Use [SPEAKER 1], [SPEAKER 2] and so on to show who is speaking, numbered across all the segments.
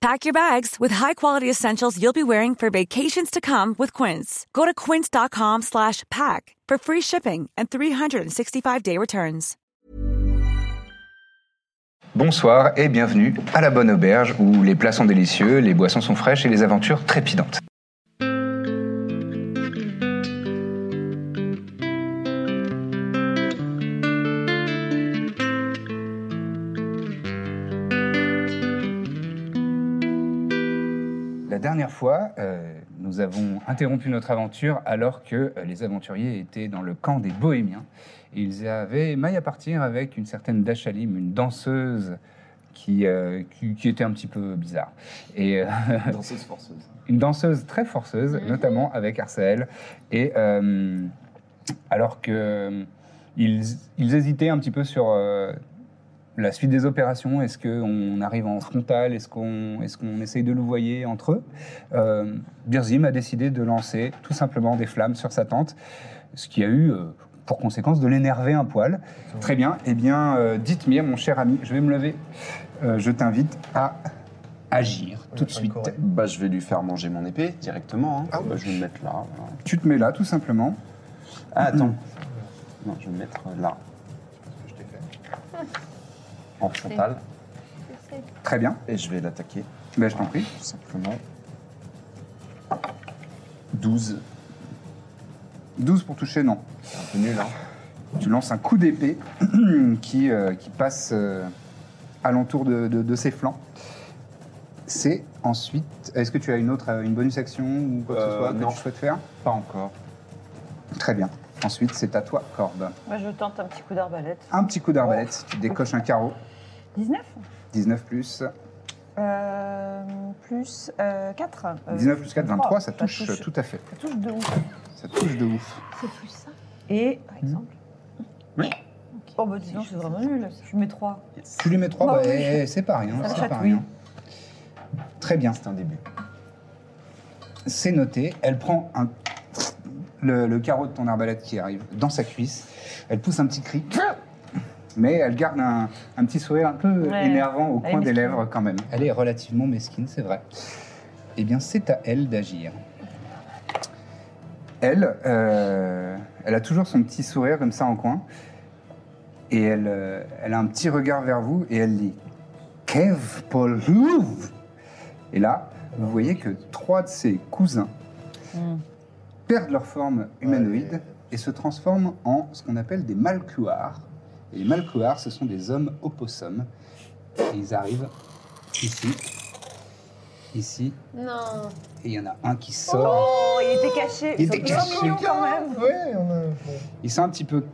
[SPEAKER 1] Pack your bags with high-quality essentials you'll be wearing for vacations to come with Quince. Go to quince.com slash pack for free shipping and 365-day returns.
[SPEAKER 2] Bonsoir et bienvenue à la Bonne Auberge où les plats sont délicieux, les boissons sont fraîches et les aventures trépidantes. La dernière fois, euh, nous avons interrompu notre aventure alors que euh, les aventuriers étaient dans le camp des Bohémiens. Ils avaient maille à partir avec une certaine Dachalim, une danseuse qui, euh, qui, qui était un petit peu bizarre. Et euh,
[SPEAKER 3] Danseuse forceuse.
[SPEAKER 2] une danseuse très forceuse, notamment avec Arcel. Et euh, alors que euh, ils, ils hésitaient un petit peu sur euh, la suite des opérations, est-ce qu'on arrive en frontal, est-ce qu'on est qu'on essaye de louvoyer entre eux, euh, Birzim a décidé de lancer tout simplement des flammes sur sa tente, ce qui a eu euh, pour conséquence de l'énerver un poil. Très bien, eh bien, euh, dites-moi, mon cher ami, je vais me lever, Euh, je t'invite à agir tout de suite.
[SPEAKER 3] Bah, je vais lui faire manger mon épée directement. hein. Bah, je vais me mettre là. voilà.
[SPEAKER 2] Tu te mets là, tout simplement.
[SPEAKER 3] Ah,
[SPEAKER 4] Mm.
[SPEAKER 3] attends. Non, je vais me mettre euh, là. En frontal.
[SPEAKER 2] Très bien.
[SPEAKER 3] Et je vais l'attaquer,
[SPEAKER 2] Ben, je t'en prie.
[SPEAKER 3] tout simplement. 12.
[SPEAKER 2] 12 pour toucher, non.
[SPEAKER 3] C'est un peu nul, hein.
[SPEAKER 2] Tu lances un coup d'épée qui, euh, qui passe euh, alentour de, de- de ses flancs. C'est ensuite. Est-ce que tu as une autre, euh, une bonus action ou quoi que ce
[SPEAKER 3] Euh,
[SPEAKER 2] soit
[SPEAKER 3] non.
[SPEAKER 2] que tu souhaites faire
[SPEAKER 3] Pas encore.
[SPEAKER 2] Très bien. Ensuite, c'est à toi, Corbe.
[SPEAKER 5] Moi, je tente un petit coup d'arbalète.
[SPEAKER 2] Un petit coup
[SPEAKER 3] Oh.
[SPEAKER 2] d'arbalète, tu décoches un carreau,
[SPEAKER 5] 19
[SPEAKER 2] 19 plus.
[SPEAKER 5] euh, Plus 4.
[SPEAKER 2] 19 plus 4, 23, ça touche, euh, tout à fait.
[SPEAKER 5] Ça touche de ouf.
[SPEAKER 2] Ça touche de ouf.
[SPEAKER 6] C'est plus ça.
[SPEAKER 5] Et,
[SPEAKER 2] Hmm.
[SPEAKER 5] par exemple
[SPEAKER 2] Oui.
[SPEAKER 5] Oh, bah dis donc, c'est vraiment nul. Je mets 3.
[SPEAKER 2] Tu lui mets 3,
[SPEAKER 5] Bah
[SPEAKER 2] bah,
[SPEAKER 5] oui.
[SPEAKER 2] eh, eh, c'est pas rien.
[SPEAKER 5] Ça me
[SPEAKER 2] c'est pas
[SPEAKER 5] chatouille.
[SPEAKER 2] rien. Très bien.
[SPEAKER 3] C'est un début.
[SPEAKER 2] C'est noté. Elle prend un- le, le carreau de ton arbalète qui arrive dans sa cuisse. Elle pousse un petit cri. Mais elle garde un, un petit sourire un peu
[SPEAKER 5] Ouais.
[SPEAKER 2] énervant au
[SPEAKER 5] Elle est
[SPEAKER 2] coin des
[SPEAKER 5] mesquine.
[SPEAKER 2] lèvres quand même. Elle est relativement mesquine, c'est vrai. Eh bien, c'est à elle d'agir. Elle, euh, elle a toujours son petit sourire comme ça en coin. Et elle, euh, elle a un petit regard vers vous et elle dit Kev Paul Louvre Et là, vous voyez que trois de ses cousins perdent leur forme humanoïde et se transforment en ce qu'on appelle des malcuars. Et les malcuars, ce sont des hommes opossums. Et ils arrivent ici, ici,
[SPEAKER 6] Non.
[SPEAKER 2] et il y en a un qui sort.
[SPEAKER 5] Oh, il était caché.
[SPEAKER 2] Il
[SPEAKER 5] Ils sont
[SPEAKER 2] était
[SPEAKER 5] toujours
[SPEAKER 2] caché.
[SPEAKER 5] mignons, quand même.
[SPEAKER 7] Ouais, on a.
[SPEAKER 6] Oh.
[SPEAKER 2] Ils sont un petit peu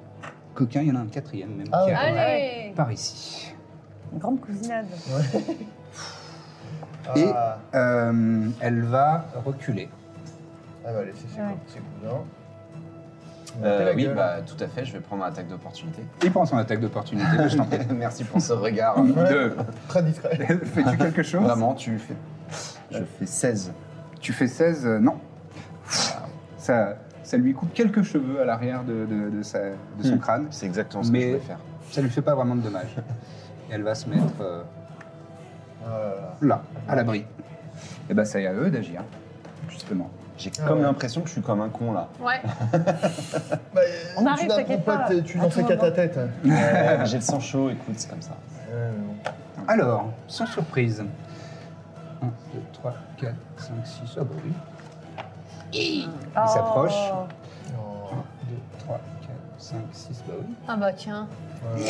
[SPEAKER 2] coquins, il y en a un quatrième même
[SPEAKER 7] Ah
[SPEAKER 2] qui
[SPEAKER 7] ouais.
[SPEAKER 2] arrive
[SPEAKER 6] Allez
[SPEAKER 2] par ici.
[SPEAKER 5] Une grande cousinade.
[SPEAKER 2] Et-
[SPEAKER 7] Ah,
[SPEAKER 2] Euh, elle va reculer.
[SPEAKER 7] ah bah, laissez ses
[SPEAKER 5] Ouais.
[SPEAKER 7] coups, ses coups, non
[SPEAKER 3] Euh,
[SPEAKER 7] T'as la
[SPEAKER 3] oui,
[SPEAKER 7] gueule.
[SPEAKER 3] bah, tout à fait, je vais prendre l'attaque d'opportunité.
[SPEAKER 2] Il prend son attaque d'opportunité, mais je t'en prie.
[SPEAKER 3] Merci pour ce regard.
[SPEAKER 2] Deux.
[SPEAKER 7] hein. Très discret. Oh
[SPEAKER 2] Fais-tu quelque chose
[SPEAKER 3] Vraiment, tu fais. Je fais 16.
[SPEAKER 2] Tu fais 16, euh, non. Ça, ça lui coupe quelques cheveux à l'arrière de, de- de sa- de son
[SPEAKER 3] Hmm.
[SPEAKER 2] crâne.
[SPEAKER 3] C'est exactement ce
[SPEAKER 2] Mais-
[SPEAKER 3] que je voulais faire.
[SPEAKER 2] Ça lui fait pas vraiment de dommages. Et elle va se mettre euh,
[SPEAKER 7] Voilà.
[SPEAKER 2] là, à l'abri. Et ben c'est à eux d'agir, justement.
[SPEAKER 3] J'ai
[SPEAKER 7] Ah
[SPEAKER 3] comme
[SPEAKER 7] ouais.
[SPEAKER 3] l'impression que je suis comme un con là.
[SPEAKER 6] Ouais.
[SPEAKER 7] Bah,
[SPEAKER 5] On
[SPEAKER 7] tu
[SPEAKER 5] arrive,
[SPEAKER 7] n'apprends
[SPEAKER 5] t'inquiète pas.
[SPEAKER 7] tes- Tu
[SPEAKER 5] À
[SPEAKER 7] n'en
[SPEAKER 5] tout
[SPEAKER 7] fais qu'à ta
[SPEAKER 5] moment.
[SPEAKER 7] tête. hein.
[SPEAKER 3] Euh, J'ai le sang chaud, écoute, c'est comme ça.
[SPEAKER 7] Euh, bon.
[SPEAKER 2] Alors, sans surprise. 1, 2, 3, 4, 5, 6, hop, Ah bah oui.
[SPEAKER 5] Oh.
[SPEAKER 2] s'approche.
[SPEAKER 7] Oh.
[SPEAKER 2] 2, 3, 4, 5, 6, bah oui.
[SPEAKER 6] Ah bah tiens.
[SPEAKER 7] Voilà.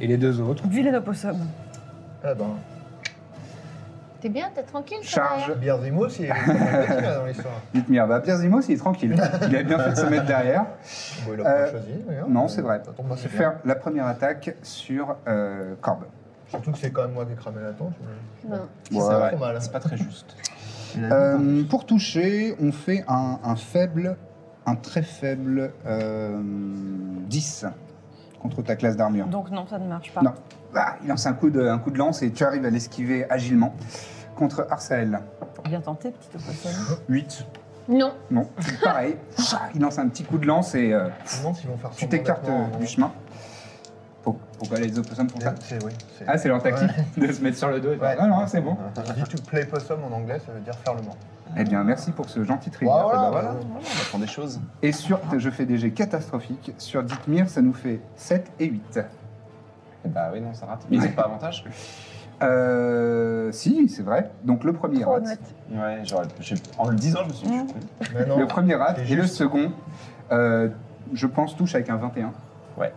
[SPEAKER 2] Et les deux autres
[SPEAKER 5] Vilain opossum.
[SPEAKER 7] Ah ben,
[SPEAKER 6] T'es bien, t'es tranquille ça
[SPEAKER 2] chargent
[SPEAKER 7] Birzimo, c'est pas mal petit, là, hein, dans l'histoire.
[SPEAKER 2] Dithmir. Bah, Pierre Zimos, il est tranquille. Il a bien fait de se mettre derrière.
[SPEAKER 7] Bon, il a pas
[SPEAKER 2] Euh,
[SPEAKER 7] choisi, mais, hein,
[SPEAKER 2] Non, c'est vrai.
[SPEAKER 7] Ça tombe assez bien.
[SPEAKER 2] Faire la première attaque sur euh, Corbe.
[SPEAKER 7] Surtout que c'est quand même moi qui ai cramé la tente. mais-
[SPEAKER 6] Non.
[SPEAKER 3] C'est
[SPEAKER 2] Ouais.
[SPEAKER 3] vrai,
[SPEAKER 7] Trop mal.
[SPEAKER 3] c'est pas très juste.
[SPEAKER 2] Euh, pour toucher, on fait un, un faible un très faible euh, 10 contre ta classe d'armure.
[SPEAKER 5] Donc non, ça ne marche pas.
[SPEAKER 2] Non. Ah, il lance un coup, de, un coup de lance et tu arrives à l'esquiver agilement. Contre Arsael,
[SPEAKER 5] Bien tenté, petite poisson.
[SPEAKER 2] 8.
[SPEAKER 6] Non.
[SPEAKER 2] Non, pareil. Ah, il lance un petit coup de lance et euh,
[SPEAKER 7] Je me demande s'ils vont faire
[SPEAKER 2] tu
[SPEAKER 7] semblant
[SPEAKER 2] t'écartes
[SPEAKER 7] maintenant,
[SPEAKER 2] euh,
[SPEAKER 7] hein.
[SPEAKER 2] du chemin. Pour, pourquoi les opossums font ça
[SPEAKER 7] C'est, oui, c'est...
[SPEAKER 2] Ah, c'est leur tactique de se mettre sur le dos et de faire, Ah, Non, non, c'est bon.
[SPEAKER 7] Je dis tu play possum en anglais, ça veut dire faire le mort.
[SPEAKER 2] Eh bien, merci pour ce gentil trivia.
[SPEAKER 7] Voilà,
[SPEAKER 2] Eh ben,
[SPEAKER 7] voilà.
[SPEAKER 3] On apprend des choses.
[SPEAKER 2] Et sur, je fais des jets catastrophiques. Sur Dithmir, ça nous fait 7 et 8.
[SPEAKER 3] Eh Bah oui, non, ça rate. Mais ils ont pas avantage
[SPEAKER 2] Euh, si, c'est vrai. Donc le premier
[SPEAKER 5] Trop
[SPEAKER 2] rate.
[SPEAKER 5] honnête.
[SPEAKER 3] Ouais, genre, je- en le disant, je me suis dit, je suis con.
[SPEAKER 7] Mais non.
[SPEAKER 2] Le premier rate.
[SPEAKER 7] C'est
[SPEAKER 2] Et
[SPEAKER 7] juste.
[SPEAKER 2] le second, euh, je pense, touche avec un 21.
[SPEAKER 3] Ouais.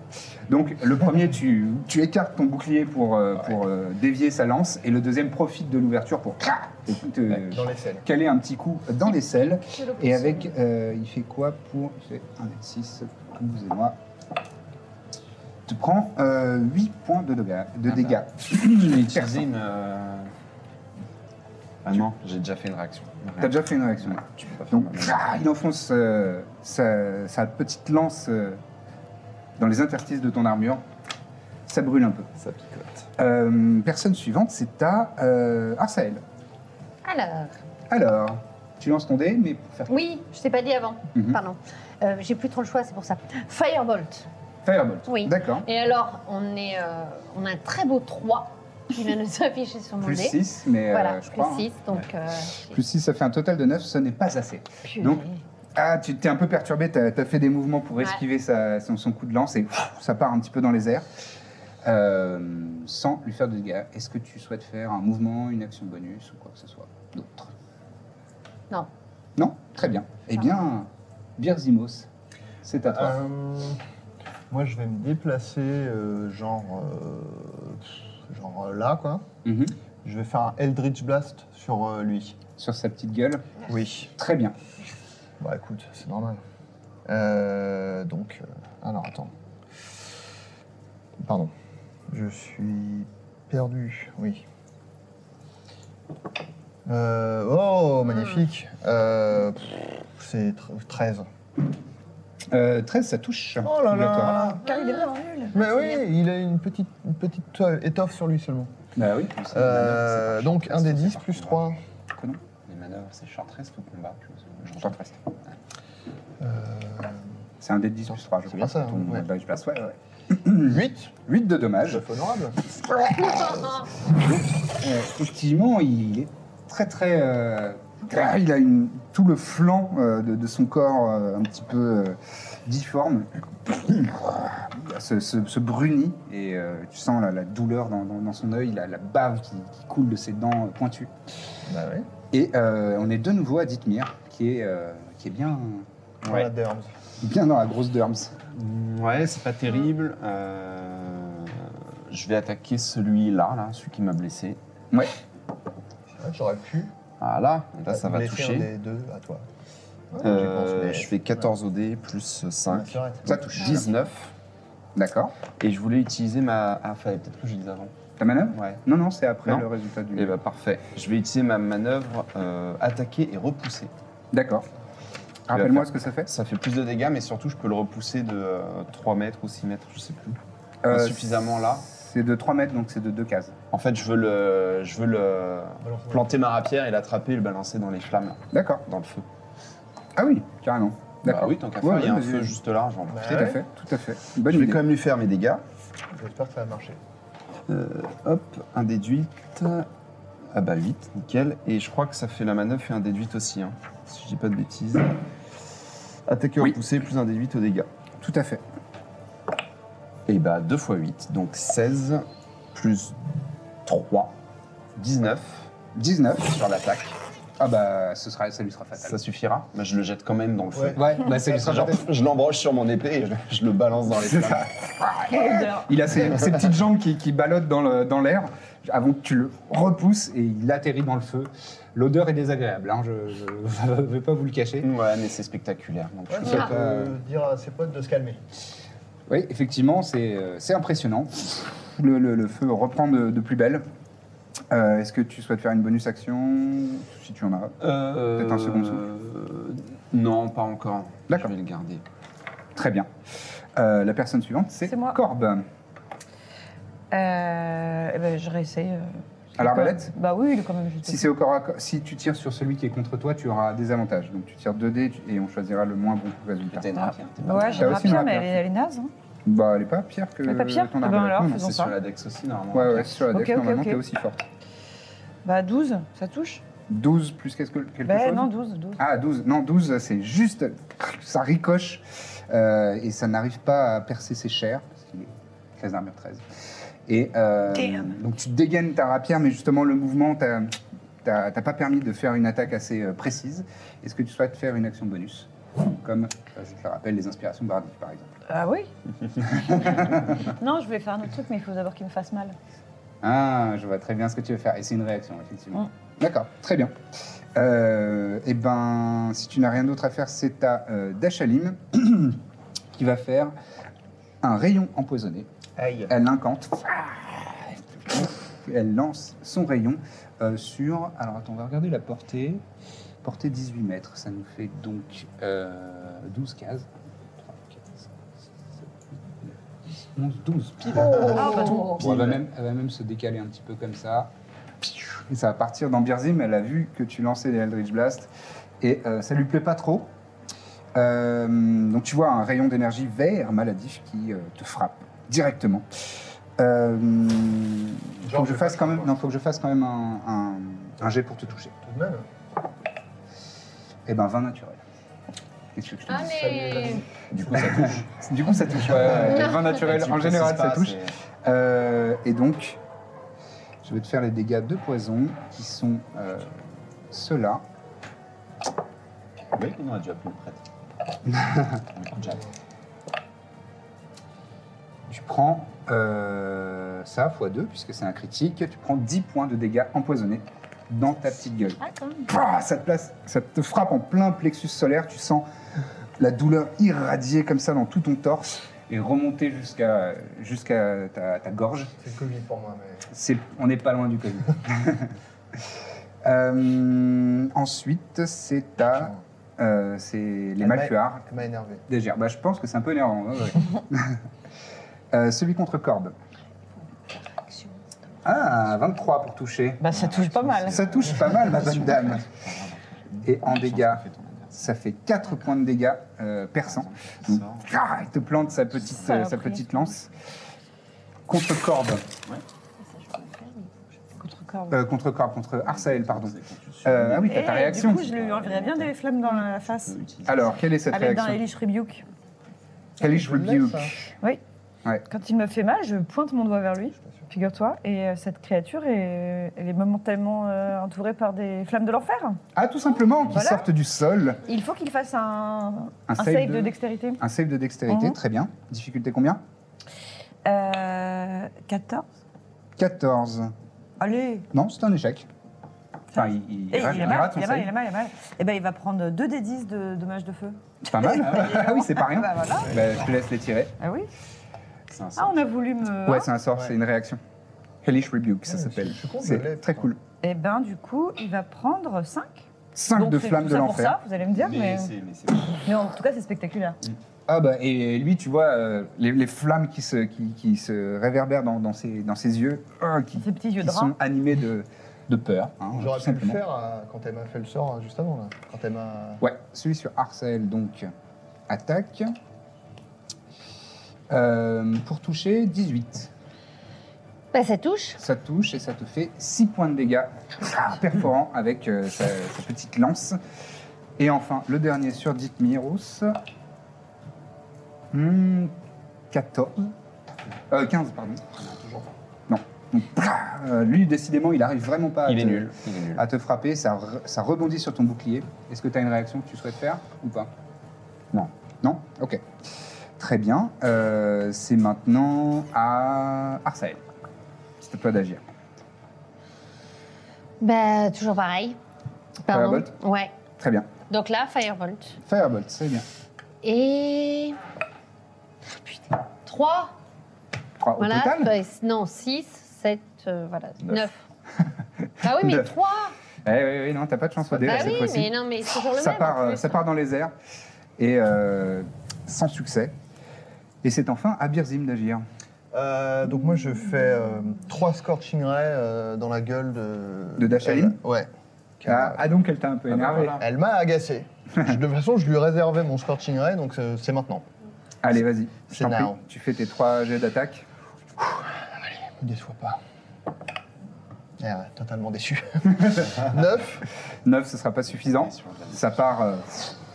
[SPEAKER 2] Donc le premier, tu, tu écartes ton bouclier pour, euh, pour euh, dévier sa lance. Et le deuxième profite de l'ouverture pour crac, te, te-
[SPEAKER 3] Ouais.
[SPEAKER 7] Dans les selles.
[SPEAKER 2] caler un petit coup dans les selles.
[SPEAKER 6] Je le
[SPEAKER 2] Et
[SPEAKER 6] pousse.
[SPEAKER 2] avec, euh, il fait quoi pour. Il fait 1 6, vous et moi. Tu prends euh, 8 points de, doga-
[SPEAKER 3] Ah
[SPEAKER 2] de
[SPEAKER 3] bah.
[SPEAKER 2] dégâts.
[SPEAKER 3] J'ai
[SPEAKER 2] Tu
[SPEAKER 3] utilisé une. euh, Ah non, j'ai déjà fait une réaction. Une
[SPEAKER 2] T'as
[SPEAKER 3] réaction.
[SPEAKER 2] déjà fait une réaction.
[SPEAKER 3] Tu peux pas faire
[SPEAKER 2] Donc,
[SPEAKER 3] ma même.
[SPEAKER 2] ah, il enfonce euh, sa, sa petite lance euh, dans les interstices de ton armure. Ça brûle un peu.
[SPEAKER 3] Ça picote.
[SPEAKER 2] Euh, personne suivante, c'est à euh, Arsael.
[SPEAKER 6] Alors,
[SPEAKER 2] Alors, tu lances ton dé, mais pour faire
[SPEAKER 6] oui, je t'ai pas dit avant.
[SPEAKER 2] Mhm.
[SPEAKER 6] Pardon. Euh, J'ai plus trop le choix, c'est pour ça. Firebolt.
[SPEAKER 2] Firebolt.
[SPEAKER 6] Oui.
[SPEAKER 2] D'accord.
[SPEAKER 6] Et alors, on, est, euh, on a un très beau 3 qui vient de s'afficher sur mon
[SPEAKER 2] Plus
[SPEAKER 6] dé.
[SPEAKER 2] 6, mais euh,
[SPEAKER 6] Voilà,
[SPEAKER 2] je
[SPEAKER 6] plus
[SPEAKER 2] crois. hein.
[SPEAKER 6] 6. Donc, euh,
[SPEAKER 2] Plus 6, ça fait un total de 9, ce n'est pas assez.
[SPEAKER 6] purée.
[SPEAKER 2] Donc, Ah, tu t'es un peu perturbé, t'as as fait des mouvements pour
[SPEAKER 6] Ouais.
[SPEAKER 2] esquiver sa- son, son coup de lance et pff, ça part un petit peu dans les airs. Euh, sans lui faire de dégâts. Est-ce que tu souhaites faire un mouvement, une action bonus ou quoi que ce soit d'autre
[SPEAKER 6] Non.
[SPEAKER 2] Non Très bien. Eh bien, Birzimos, c'est à toi.
[SPEAKER 7] Euh, moi, je vais me déplacer, euh, genre, euh, pff, genre euh, là, quoi.
[SPEAKER 2] Mhm.
[SPEAKER 7] Je vais faire un Eldritch Blast sur euh, lui.
[SPEAKER 2] Sur sa petite gueule.
[SPEAKER 7] Oui.
[SPEAKER 2] Très bien.
[SPEAKER 7] Bah écoute, c'est normal. Euh, donc, euh, alors attends. Pardon. Je suis perdu, oui. Euh, oh, magnifique. Euh, pff, c'est tr- 13.
[SPEAKER 2] Euh, 13, ça touche.
[SPEAKER 7] Oh
[SPEAKER 2] Obligatoire.
[SPEAKER 5] Car il est vraiment nul.
[SPEAKER 7] Mais oui, il a une petite, une petite to- étoffe sur lui seulement.
[SPEAKER 2] Bah oui. comme ça,
[SPEAKER 7] Euh,
[SPEAKER 3] c'est pas
[SPEAKER 7] donc
[SPEAKER 3] cher,
[SPEAKER 7] un des
[SPEAKER 3] c'est
[SPEAKER 7] 10
[SPEAKER 3] par
[SPEAKER 7] plus
[SPEAKER 3] combat.
[SPEAKER 7] 3.
[SPEAKER 2] Quoi, non
[SPEAKER 3] Les manœuvres, c'est chartresse ou combat plus
[SPEAKER 2] Je
[SPEAKER 3] Genre,
[SPEAKER 2] t'en reste.
[SPEAKER 7] Euh,
[SPEAKER 2] C'est un dé de 10 plus 3, je
[SPEAKER 7] C'est
[SPEAKER 2] crois.
[SPEAKER 7] bien ça, hein,
[SPEAKER 2] Ton-
[SPEAKER 7] ouais.
[SPEAKER 2] bah, je place, ouais, ouais.
[SPEAKER 7] 8
[SPEAKER 2] 8 de dommage.
[SPEAKER 7] honorable.
[SPEAKER 2] Euh, effectivement, il est très très. euh, ah, il a une, tout le flanc euh, de, de son corps euh, un petit peu euh, difforme. Se, se- se brunit et euh, tu sens la, la douleur dans, dans- dans son œil, la, la bave qui, qui coule de ses dents euh, pointues.
[SPEAKER 7] Bah oui.
[SPEAKER 2] Et euh, on est de nouveau à Dithmir, qui est, euh, qui est bien,
[SPEAKER 7] Voilà, Derms.
[SPEAKER 2] bien dans la grosse derms.
[SPEAKER 3] Mm, Ouais, c'est pas terrible. Euh, Je vais attaquer celui-là, là, celui qui m'a blessé.
[SPEAKER 7] Ouais, J'aurais pu.
[SPEAKER 3] Voilà, là ça va
[SPEAKER 7] blesser Un
[SPEAKER 3] toucher.
[SPEAKER 7] des deux à toi.
[SPEAKER 3] Euh,
[SPEAKER 7] J'y pense, mais-
[SPEAKER 3] je fais 14 OD plus
[SPEAKER 7] Ouais,
[SPEAKER 3] 5.
[SPEAKER 7] c'est vrai.
[SPEAKER 2] Ça touche.
[SPEAKER 3] 19.
[SPEAKER 2] D'accord.
[SPEAKER 3] Et je voulais utiliser ma. Ah, fallait peut-être que je le dise avant.
[SPEAKER 2] Ta manœuvre
[SPEAKER 3] Ouais.
[SPEAKER 2] Non, non, Eh ben. c'est après
[SPEAKER 3] Non.
[SPEAKER 2] le résultat du.
[SPEAKER 3] Et bah parfait. Je vais utiliser ma manœuvre euh, attaquer et repousser.
[SPEAKER 2] D'accord. Rappelle-moi ce que ça fait.
[SPEAKER 3] Ça fait plus de dégâts, mais surtout je peux le repousser de euh, 3 mètres ou 6 mètres, je sais plus. Insuffisamment là.
[SPEAKER 2] Euh, C'est de 3 mètres, donc c'est de 2 cases.
[SPEAKER 3] En fait, je veux le, je veux le
[SPEAKER 7] Balance-
[SPEAKER 3] planter ma rapière et l'attraper et le balancer dans les flammes,
[SPEAKER 2] D'accord.
[SPEAKER 3] dans le feu.
[SPEAKER 2] Ah oui, carrément. D'accord.
[SPEAKER 3] Bah oui, tant qu'à
[SPEAKER 2] Ouais,
[SPEAKER 3] faire, il y a
[SPEAKER 2] ouais,
[SPEAKER 3] un
[SPEAKER 2] vas-y.
[SPEAKER 3] feu juste là, je vais en
[SPEAKER 7] Bah
[SPEAKER 3] profiter.
[SPEAKER 2] Tout à
[SPEAKER 7] ouais.
[SPEAKER 2] fait, tout à fait. Bonne
[SPEAKER 3] Je vais
[SPEAKER 2] idée.
[SPEAKER 3] quand même lui faire mes dégâts. Euh,
[SPEAKER 7] J'espère que ça va marcher.
[SPEAKER 3] Hop, un déduit. Ah bah 8, nickel. Et je crois que ça fait la manœuvre et un déduit aussi, hein, si je dis pas de bêtises. Attaquer
[SPEAKER 2] Oui.
[SPEAKER 3] repoussé plus un déduit aux dégâts.
[SPEAKER 2] Tout à fait.
[SPEAKER 3] Et bah 2 x 8, donc 16 plus 3, 19
[SPEAKER 2] 19.
[SPEAKER 3] sur l'attaque.
[SPEAKER 2] Ah bah, ce sera, ça lui sera fatal.
[SPEAKER 3] Ça suffira Mais je le jette quand même dans le feu.
[SPEAKER 2] Ouais,
[SPEAKER 7] Ouais.
[SPEAKER 2] bah, ça lui sera
[SPEAKER 3] Genre,
[SPEAKER 2] fatal.
[SPEAKER 3] je l'embroche sur mon épée et je, je le balance dans les
[SPEAKER 2] C'est
[SPEAKER 3] flammes.
[SPEAKER 2] Oh,
[SPEAKER 5] Quelle odeur.
[SPEAKER 2] Il a ses, ses petites jambes qui, qui ballottent dans le- dans l'air avant que tu le repousses et il atterrit dans le feu. L'odeur est désagréable, hein, je ne vais pas vous le cacher.
[SPEAKER 3] Ouais, mais c'est spectaculaire. donc je-
[SPEAKER 7] Ouais, ça
[SPEAKER 2] Ah.
[SPEAKER 7] peut dire à ses potes de se calmer.
[SPEAKER 2] Oui, effectivement, c'est euh, c'est impressionnant. Le, le- le feu reprend de, de plus belle. Euh, Est-ce que tu souhaites faire une bonus action Si tu en as.
[SPEAKER 3] Euh,
[SPEAKER 2] Peut-être un second souffle.
[SPEAKER 3] euh, Non, pas encore.
[SPEAKER 2] D'accord.
[SPEAKER 3] Je vais le garder.
[SPEAKER 2] Très bien. Euh, la personne suivante, c'est
[SPEAKER 5] C'est moi.
[SPEAKER 2] Corbe.
[SPEAKER 5] Euh, eh ben, je réessaye. euh,
[SPEAKER 2] À l'arbalète
[SPEAKER 5] Bah oui, il est quand même juste.
[SPEAKER 2] Si c'est au corps à corps- si tu tires sur celui qui est contre toi, tu auras des avantages. Donc tu tires 2 dés tu- et on choisira le moins bon résultat.
[SPEAKER 3] T'as une rapière, t'es pas
[SPEAKER 5] Ouais,
[SPEAKER 3] mal.
[SPEAKER 5] j'ai
[SPEAKER 2] T'as
[SPEAKER 5] une
[SPEAKER 2] aussi une
[SPEAKER 5] rapière, mais
[SPEAKER 2] rapière.
[SPEAKER 5] elle est, elle est naze. Hein.
[SPEAKER 2] Bah, elle est pas pire que
[SPEAKER 5] Elle est pas pire
[SPEAKER 2] ton
[SPEAKER 5] Eh ben
[SPEAKER 2] arbalète.
[SPEAKER 5] alors,
[SPEAKER 2] Non, non.
[SPEAKER 5] faisons
[SPEAKER 3] C'est
[SPEAKER 5] ça.
[SPEAKER 3] sur la Dex aussi, normalement.
[SPEAKER 2] Ouais, ouais, c'est sur la
[SPEAKER 5] Ok,
[SPEAKER 2] dex.
[SPEAKER 5] ok,
[SPEAKER 2] Normalement,
[SPEAKER 5] ok.
[SPEAKER 2] t'es aussi forte.
[SPEAKER 5] Bah 12, ça touche
[SPEAKER 2] 12 plus qu'est-ce que- quelque
[SPEAKER 5] Bah
[SPEAKER 2] chose
[SPEAKER 5] non, 12, 12.
[SPEAKER 2] Ah, 12. Non, 12, c'est juste. Ça ricoche euh, et ça n'arrive pas à percer ses chairs, parce qu'il est 13 armure 13. Et euh,
[SPEAKER 5] Damn.
[SPEAKER 2] donc tu dégaines ta rapière, mais justement, le mouvement t'a t'a- t'a pas permis de faire une attaque assez euh, précise. Est-ce que tu souhaites faire une action bonus Comme, euh, je te le rappelle, les inspirations bardiques, par exemple.
[SPEAKER 5] Ah oui Non, je voulais faire un autre truc, mais il faut d'abord qu'il me fasse mal.
[SPEAKER 2] Ah, je vois très bien ce que tu veux faire. Et c'est une réaction, effectivement.
[SPEAKER 5] Mm.
[SPEAKER 2] D'accord, très bien. Euh, eh ben, si tu n'as rien d'autre à faire, c'est à euh, Dachalim qui va faire un rayon empoisonné.
[SPEAKER 7] Aïe.
[SPEAKER 2] Elle l'incante. Elle lance son rayon euh, sur. Alors attends, on va regarder la portée. Portée 18 mètres, ça nous fait donc euh, 12 cases. 3, 4, 5, 6, 7, 8, 9, 10, 11, 12 pile.
[SPEAKER 5] Ah, bah, tout.
[SPEAKER 2] Bon, elle, va même, elle va même se décaler un petit peu comme ça. Et ça va partir dans Birzim. Elle a vu que tu lançais les Eldritch Blast. Et euh, ça lui plaît pas trop. Euh, donc tu vois un rayon d'énergie vert maladif qui euh, te frappe directement. Euh, faut
[SPEAKER 7] Genre,
[SPEAKER 2] que je
[SPEAKER 7] je
[SPEAKER 2] fasse
[SPEAKER 7] fais
[SPEAKER 2] quand même,
[SPEAKER 7] quoi
[SPEAKER 2] non, faut que je fasse quand même un, un- un jet pour te toucher.
[SPEAKER 7] Tout de même.
[SPEAKER 2] Et ben 20 naturel. Qu'est-ce que je te
[SPEAKER 6] Ah,
[SPEAKER 2] dise
[SPEAKER 6] Allez
[SPEAKER 3] Du coup, ça touche.
[SPEAKER 2] Du coup ça touche. ouais, ouais, ouais. 20 naturel.
[SPEAKER 3] Tu
[SPEAKER 2] En général
[SPEAKER 3] précises
[SPEAKER 2] ça
[SPEAKER 3] pas,
[SPEAKER 2] touche.
[SPEAKER 3] c'est-
[SPEAKER 2] Euh, et donc, je vais te faire les dégâts de poison qui sont euh, ceux-là.
[SPEAKER 3] Vous voyez qu'on aurait dû appeler le prêtre. On est déjà-
[SPEAKER 2] Tu prends euh, ça x 2 puisque c'est un critique. Tu prends 10 points de dégâts empoisonnés dans ta petite gueule.
[SPEAKER 6] Attends.
[SPEAKER 2] Pouah, ça, te place, ça te frappe en plein plexus solaire. Tu sens la douleur irradiée comme ça dans tout ton torse et remonter jusqu'à jusqu'à ta- ta gorge.
[SPEAKER 7] C'est le Covid pour moi, mais.
[SPEAKER 2] C'est- on n'est pas loin du Covid. Euh, ensuite, c'est à euh, c'est les
[SPEAKER 7] Elle m'a-
[SPEAKER 2] Malfuards
[SPEAKER 7] Elle m'a énervé.
[SPEAKER 2] d'Agir. Bah, je pense que c'est un peu énervant. ouais, ouais. Euh, celui contre Corbe. Ah, 23 pour toucher.
[SPEAKER 5] Bah ça touche pas mal.
[SPEAKER 2] Ça touche pas mal, ma bonne dame. Et en
[SPEAKER 3] Je pense
[SPEAKER 2] dégâts,
[SPEAKER 3] qu'on fait ton adversaire.
[SPEAKER 2] ça fait 4 points de dégâts euh, perçants. Donc,
[SPEAKER 3] Ça.
[SPEAKER 2] ah, il te plante sa petite, euh, sa
[SPEAKER 5] Saloperie.
[SPEAKER 2] petite lance. Contre Corbe.
[SPEAKER 5] Contre corps.
[SPEAKER 2] Euh, contre Corbe, contre Arsael, pardon.
[SPEAKER 3] C'est quand tu suis-
[SPEAKER 2] Euh, ah oui, t'as ta réaction.
[SPEAKER 5] Eh, Du coup, je Ah, lui enverrais bien des flammes dans la face.
[SPEAKER 3] Tu peux utiliser
[SPEAKER 2] Alors, quelle est cette
[SPEAKER 5] Avec un
[SPEAKER 2] réaction
[SPEAKER 5] Elish Rebuke.
[SPEAKER 2] Hellish
[SPEAKER 7] Je le laisse,
[SPEAKER 2] Rebuke.
[SPEAKER 7] hein.
[SPEAKER 5] Quand il me fait mal, je pointe mon doigt vers lui, figure-toi, et euh, cette créature est, elle est momentanément euh, entourée par des flammes de l'enfer.
[SPEAKER 2] Ah, tout simplement, qui
[SPEAKER 5] Voilà.
[SPEAKER 2] sortent du sol.
[SPEAKER 5] Il faut qu'il fasse un,
[SPEAKER 2] Un
[SPEAKER 5] un
[SPEAKER 2] save
[SPEAKER 5] save,
[SPEAKER 2] de-
[SPEAKER 5] de... dextérité.
[SPEAKER 2] Un save de dextérité,
[SPEAKER 5] Mhm.
[SPEAKER 2] très bien. Difficulté combien
[SPEAKER 5] Euh, 14
[SPEAKER 2] 14.
[SPEAKER 5] Allez
[SPEAKER 2] Non, c'est un échec. Enfin, il, il
[SPEAKER 5] Eh,
[SPEAKER 2] rate,
[SPEAKER 5] il a
[SPEAKER 2] il
[SPEAKER 5] mal,
[SPEAKER 2] rate son
[SPEAKER 5] il a mal,
[SPEAKER 2] save.
[SPEAKER 5] il a mal, il a mal. Eh ben, il va prendre 2 des 10 de dommages de feu.
[SPEAKER 2] C'est Pas mal. ah oui, c'est pas rien.
[SPEAKER 5] Bah, voilà.
[SPEAKER 2] Bah, je te laisse les tirer.
[SPEAKER 5] Ah oui
[SPEAKER 3] C'est un
[SPEAKER 5] Ah,
[SPEAKER 3] sort.
[SPEAKER 5] on a voulu me...
[SPEAKER 2] Ouais, c'est un sort,
[SPEAKER 7] Ouais.
[SPEAKER 2] c'est une réaction. Hellish Rebuke, ça
[SPEAKER 7] Ouais,
[SPEAKER 2] s'appelle.
[SPEAKER 7] je suis con, je l'ai,
[SPEAKER 2] C'est très
[SPEAKER 7] putain.
[SPEAKER 2] cool.
[SPEAKER 5] Eh ben, du coup, il va prendre 5.
[SPEAKER 2] 5 de
[SPEAKER 5] c'est
[SPEAKER 2] flamme
[SPEAKER 5] tout
[SPEAKER 2] de
[SPEAKER 5] ça pour
[SPEAKER 2] l'enfer.
[SPEAKER 5] ça, vous allez me dire, mais...
[SPEAKER 3] Ah, Mais c'est- mais c'est bon.
[SPEAKER 5] Mais en tout cas, c'est spectaculaire.
[SPEAKER 2] Ah bah, et lui, tu vois, euh, les, les flammes qui se, qui, qui se réverbèrent dans, dans ses, dans ses yeux, ah, qui,
[SPEAKER 5] Ces petits yeux
[SPEAKER 2] qui
[SPEAKER 5] de rat.
[SPEAKER 2] sont animés de, de peur. hein,
[SPEAKER 7] J'aurais
[SPEAKER 2] tout
[SPEAKER 7] pu le
[SPEAKER 2] simplement.
[SPEAKER 7] faire euh, quand elle m'a fait le sort euh, juste avant, là. Quand elle m'a.
[SPEAKER 2] Ouais, celui sur Arcel, donc attaque. Euh, pour toucher, 18.
[SPEAKER 6] Bah, ça touche.
[SPEAKER 2] Ça touche et ça te fait 6 points de dégâts Ah, perforant avec euh, sa, sa petite lance. Et enfin, le dernier sur Dithmiros. Hmm, 14. Euh, 15, pardon.
[SPEAKER 7] Ah,
[SPEAKER 2] Non. Donc, plah, euh, lui, décidément, il arrive vraiment pas à
[SPEAKER 3] Il est
[SPEAKER 2] te-
[SPEAKER 3] nul. Il est nul.
[SPEAKER 2] à te frapper, ça, re- ça rebondit sur ton bouclier. Est-ce que tu as une réaction que tu souhaites faire ou pas Non. Non Ok. Très bien. Euh, c'est maintenant à Arsael. C'est à toi d'agir.
[SPEAKER 6] Bah, toujours pareil. Pardon.
[SPEAKER 2] Firebolt
[SPEAKER 6] Ouais.
[SPEAKER 2] Très bien.
[SPEAKER 6] Donc là, Firebolt.
[SPEAKER 2] Firebolt, c'est bien.
[SPEAKER 6] Et. Ah, Putain. 3
[SPEAKER 2] Trois au
[SPEAKER 6] Voilà.
[SPEAKER 2] total
[SPEAKER 6] bah, non, 6, 7, voilà. 9. euh, Bah oui, mais
[SPEAKER 2] De-
[SPEAKER 6] 3
[SPEAKER 2] Eh oui, oui, non, t'as pas de chance au dé
[SPEAKER 6] Bah
[SPEAKER 2] là, cette
[SPEAKER 6] oui,
[SPEAKER 2] fois-ci.
[SPEAKER 6] mais non, mais c'est toujours le
[SPEAKER 2] ça
[SPEAKER 6] même.
[SPEAKER 2] part,
[SPEAKER 6] en
[SPEAKER 2] euh,
[SPEAKER 6] plus.
[SPEAKER 2] ça part dans les airs et euh, sans succès. Et c'est enfin à Birzim d'agir.
[SPEAKER 7] Euh, donc moi je fais euh, trois scorching rays euh, dans la gueule de...
[SPEAKER 2] De Dashaline
[SPEAKER 7] Elle- Ouais.
[SPEAKER 2] Ah, ah, donc elle t'a un peu
[SPEAKER 3] Ah bah
[SPEAKER 2] énervé.
[SPEAKER 3] voilà.
[SPEAKER 7] Elle m'a agacé. Je- de toute façon, je lui réservais mon scorching ray, donc euh, c'est c'est maintenant.
[SPEAKER 2] Allez, vas-y. Je
[SPEAKER 7] C'est
[SPEAKER 2] t'en
[SPEAKER 7] now.
[SPEAKER 2] prie. Tu fais tes trois jets d'attaque.
[SPEAKER 7] Me déçois pas. Eh ouais, totalement déçu. 9
[SPEAKER 2] 9, ce sera pas suffisant. Ça part euh,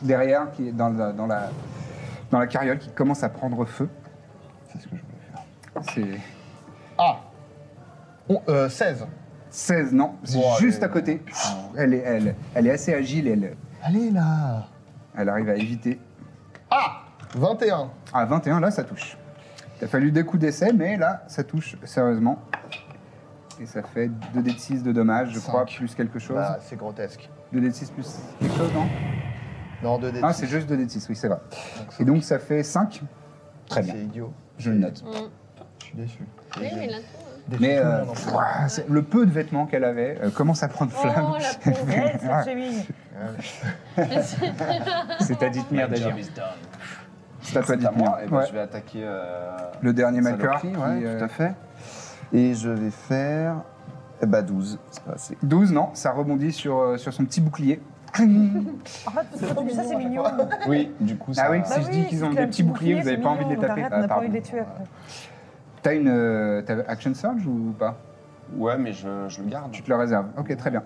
[SPEAKER 2] derrière, qui est dans la, dans, la, dans la carriole, qui commence à prendre feu.
[SPEAKER 3] C'est ce que je voulais faire.
[SPEAKER 2] C'est
[SPEAKER 7] Ah On- euh, 16.
[SPEAKER 2] 16, non, c'est
[SPEAKER 7] Bon,
[SPEAKER 2] juste
[SPEAKER 7] allez.
[SPEAKER 2] à côté. Elle est, elle, elle est assez agile, elle,
[SPEAKER 7] Allez là
[SPEAKER 2] elle arrive à éviter.
[SPEAKER 7] Ah 21
[SPEAKER 2] Ah, 21, là, ça touche. T'as fallu des coups d'essai, mais là, ça touche sérieusement. Et ça fait 2 d 6 de dommages, je
[SPEAKER 7] Cinq.
[SPEAKER 2] crois, plus quelque chose.
[SPEAKER 7] Bah, c'est grotesque.
[SPEAKER 2] 2 d 6 plus quelque chose, non
[SPEAKER 7] Non, 2 d
[SPEAKER 2] Ah, c'est juste 2 d 6, oui, c'est vrai. Et donc, ça fait 5. Très bien,
[SPEAKER 7] C'est idiot.
[SPEAKER 2] je le note.
[SPEAKER 6] Mm.
[SPEAKER 7] Je suis déçu.
[SPEAKER 6] Oui, mais là,
[SPEAKER 7] Déçu
[SPEAKER 2] Mais
[SPEAKER 7] tout le
[SPEAKER 2] euh,
[SPEAKER 7] monde, en fait.
[SPEAKER 2] ouah, c'est- le peu de vêtements qu'elle avait euh, commence à prendre
[SPEAKER 6] Oh,
[SPEAKER 2] flamme.
[SPEAKER 6] la pauvre.
[SPEAKER 5] Eh, cette chemise.
[SPEAKER 2] C'est à Dithmir
[SPEAKER 8] My
[SPEAKER 2] d'agir.
[SPEAKER 8] job is done.
[SPEAKER 2] C'est à toi,
[SPEAKER 3] C'est à
[SPEAKER 2] Dithmir.
[SPEAKER 3] moi, et ben,
[SPEAKER 2] Ouais.
[SPEAKER 3] je vais attaquer euh,
[SPEAKER 2] Le dernier
[SPEAKER 3] Saloperie,
[SPEAKER 2] Malkar.
[SPEAKER 3] ouais,
[SPEAKER 2] qui, euh,
[SPEAKER 3] tout à fait. Et je vais faire. Eh bah 12, c'est pas assez.
[SPEAKER 2] 12, non, ça rebondit sur, euh, sur son petit bouclier.
[SPEAKER 5] En fait, ça, c'est mignon.
[SPEAKER 3] Oui, du coup, ça.
[SPEAKER 2] Ah oui,
[SPEAKER 5] Bah
[SPEAKER 2] si je dis
[SPEAKER 5] oui,
[SPEAKER 2] qu'ils ont
[SPEAKER 5] c'est
[SPEAKER 2] des
[SPEAKER 5] un
[SPEAKER 2] petits
[SPEAKER 5] petit
[SPEAKER 2] boucliers, vous
[SPEAKER 5] bouclier,
[SPEAKER 2] n'avez pas
[SPEAKER 5] c'est
[SPEAKER 2] envie de les
[SPEAKER 5] mignon, on
[SPEAKER 2] taper.
[SPEAKER 5] arrête, on
[SPEAKER 2] Ah,
[SPEAKER 5] n'a pas
[SPEAKER 2] pardon.
[SPEAKER 5] envie de les tuer après.
[SPEAKER 2] T'as une euh, t'as action surge ou pas
[SPEAKER 3] Ouais, mais je, je le garde.
[SPEAKER 2] Tu te le réserves. Ok, très bien.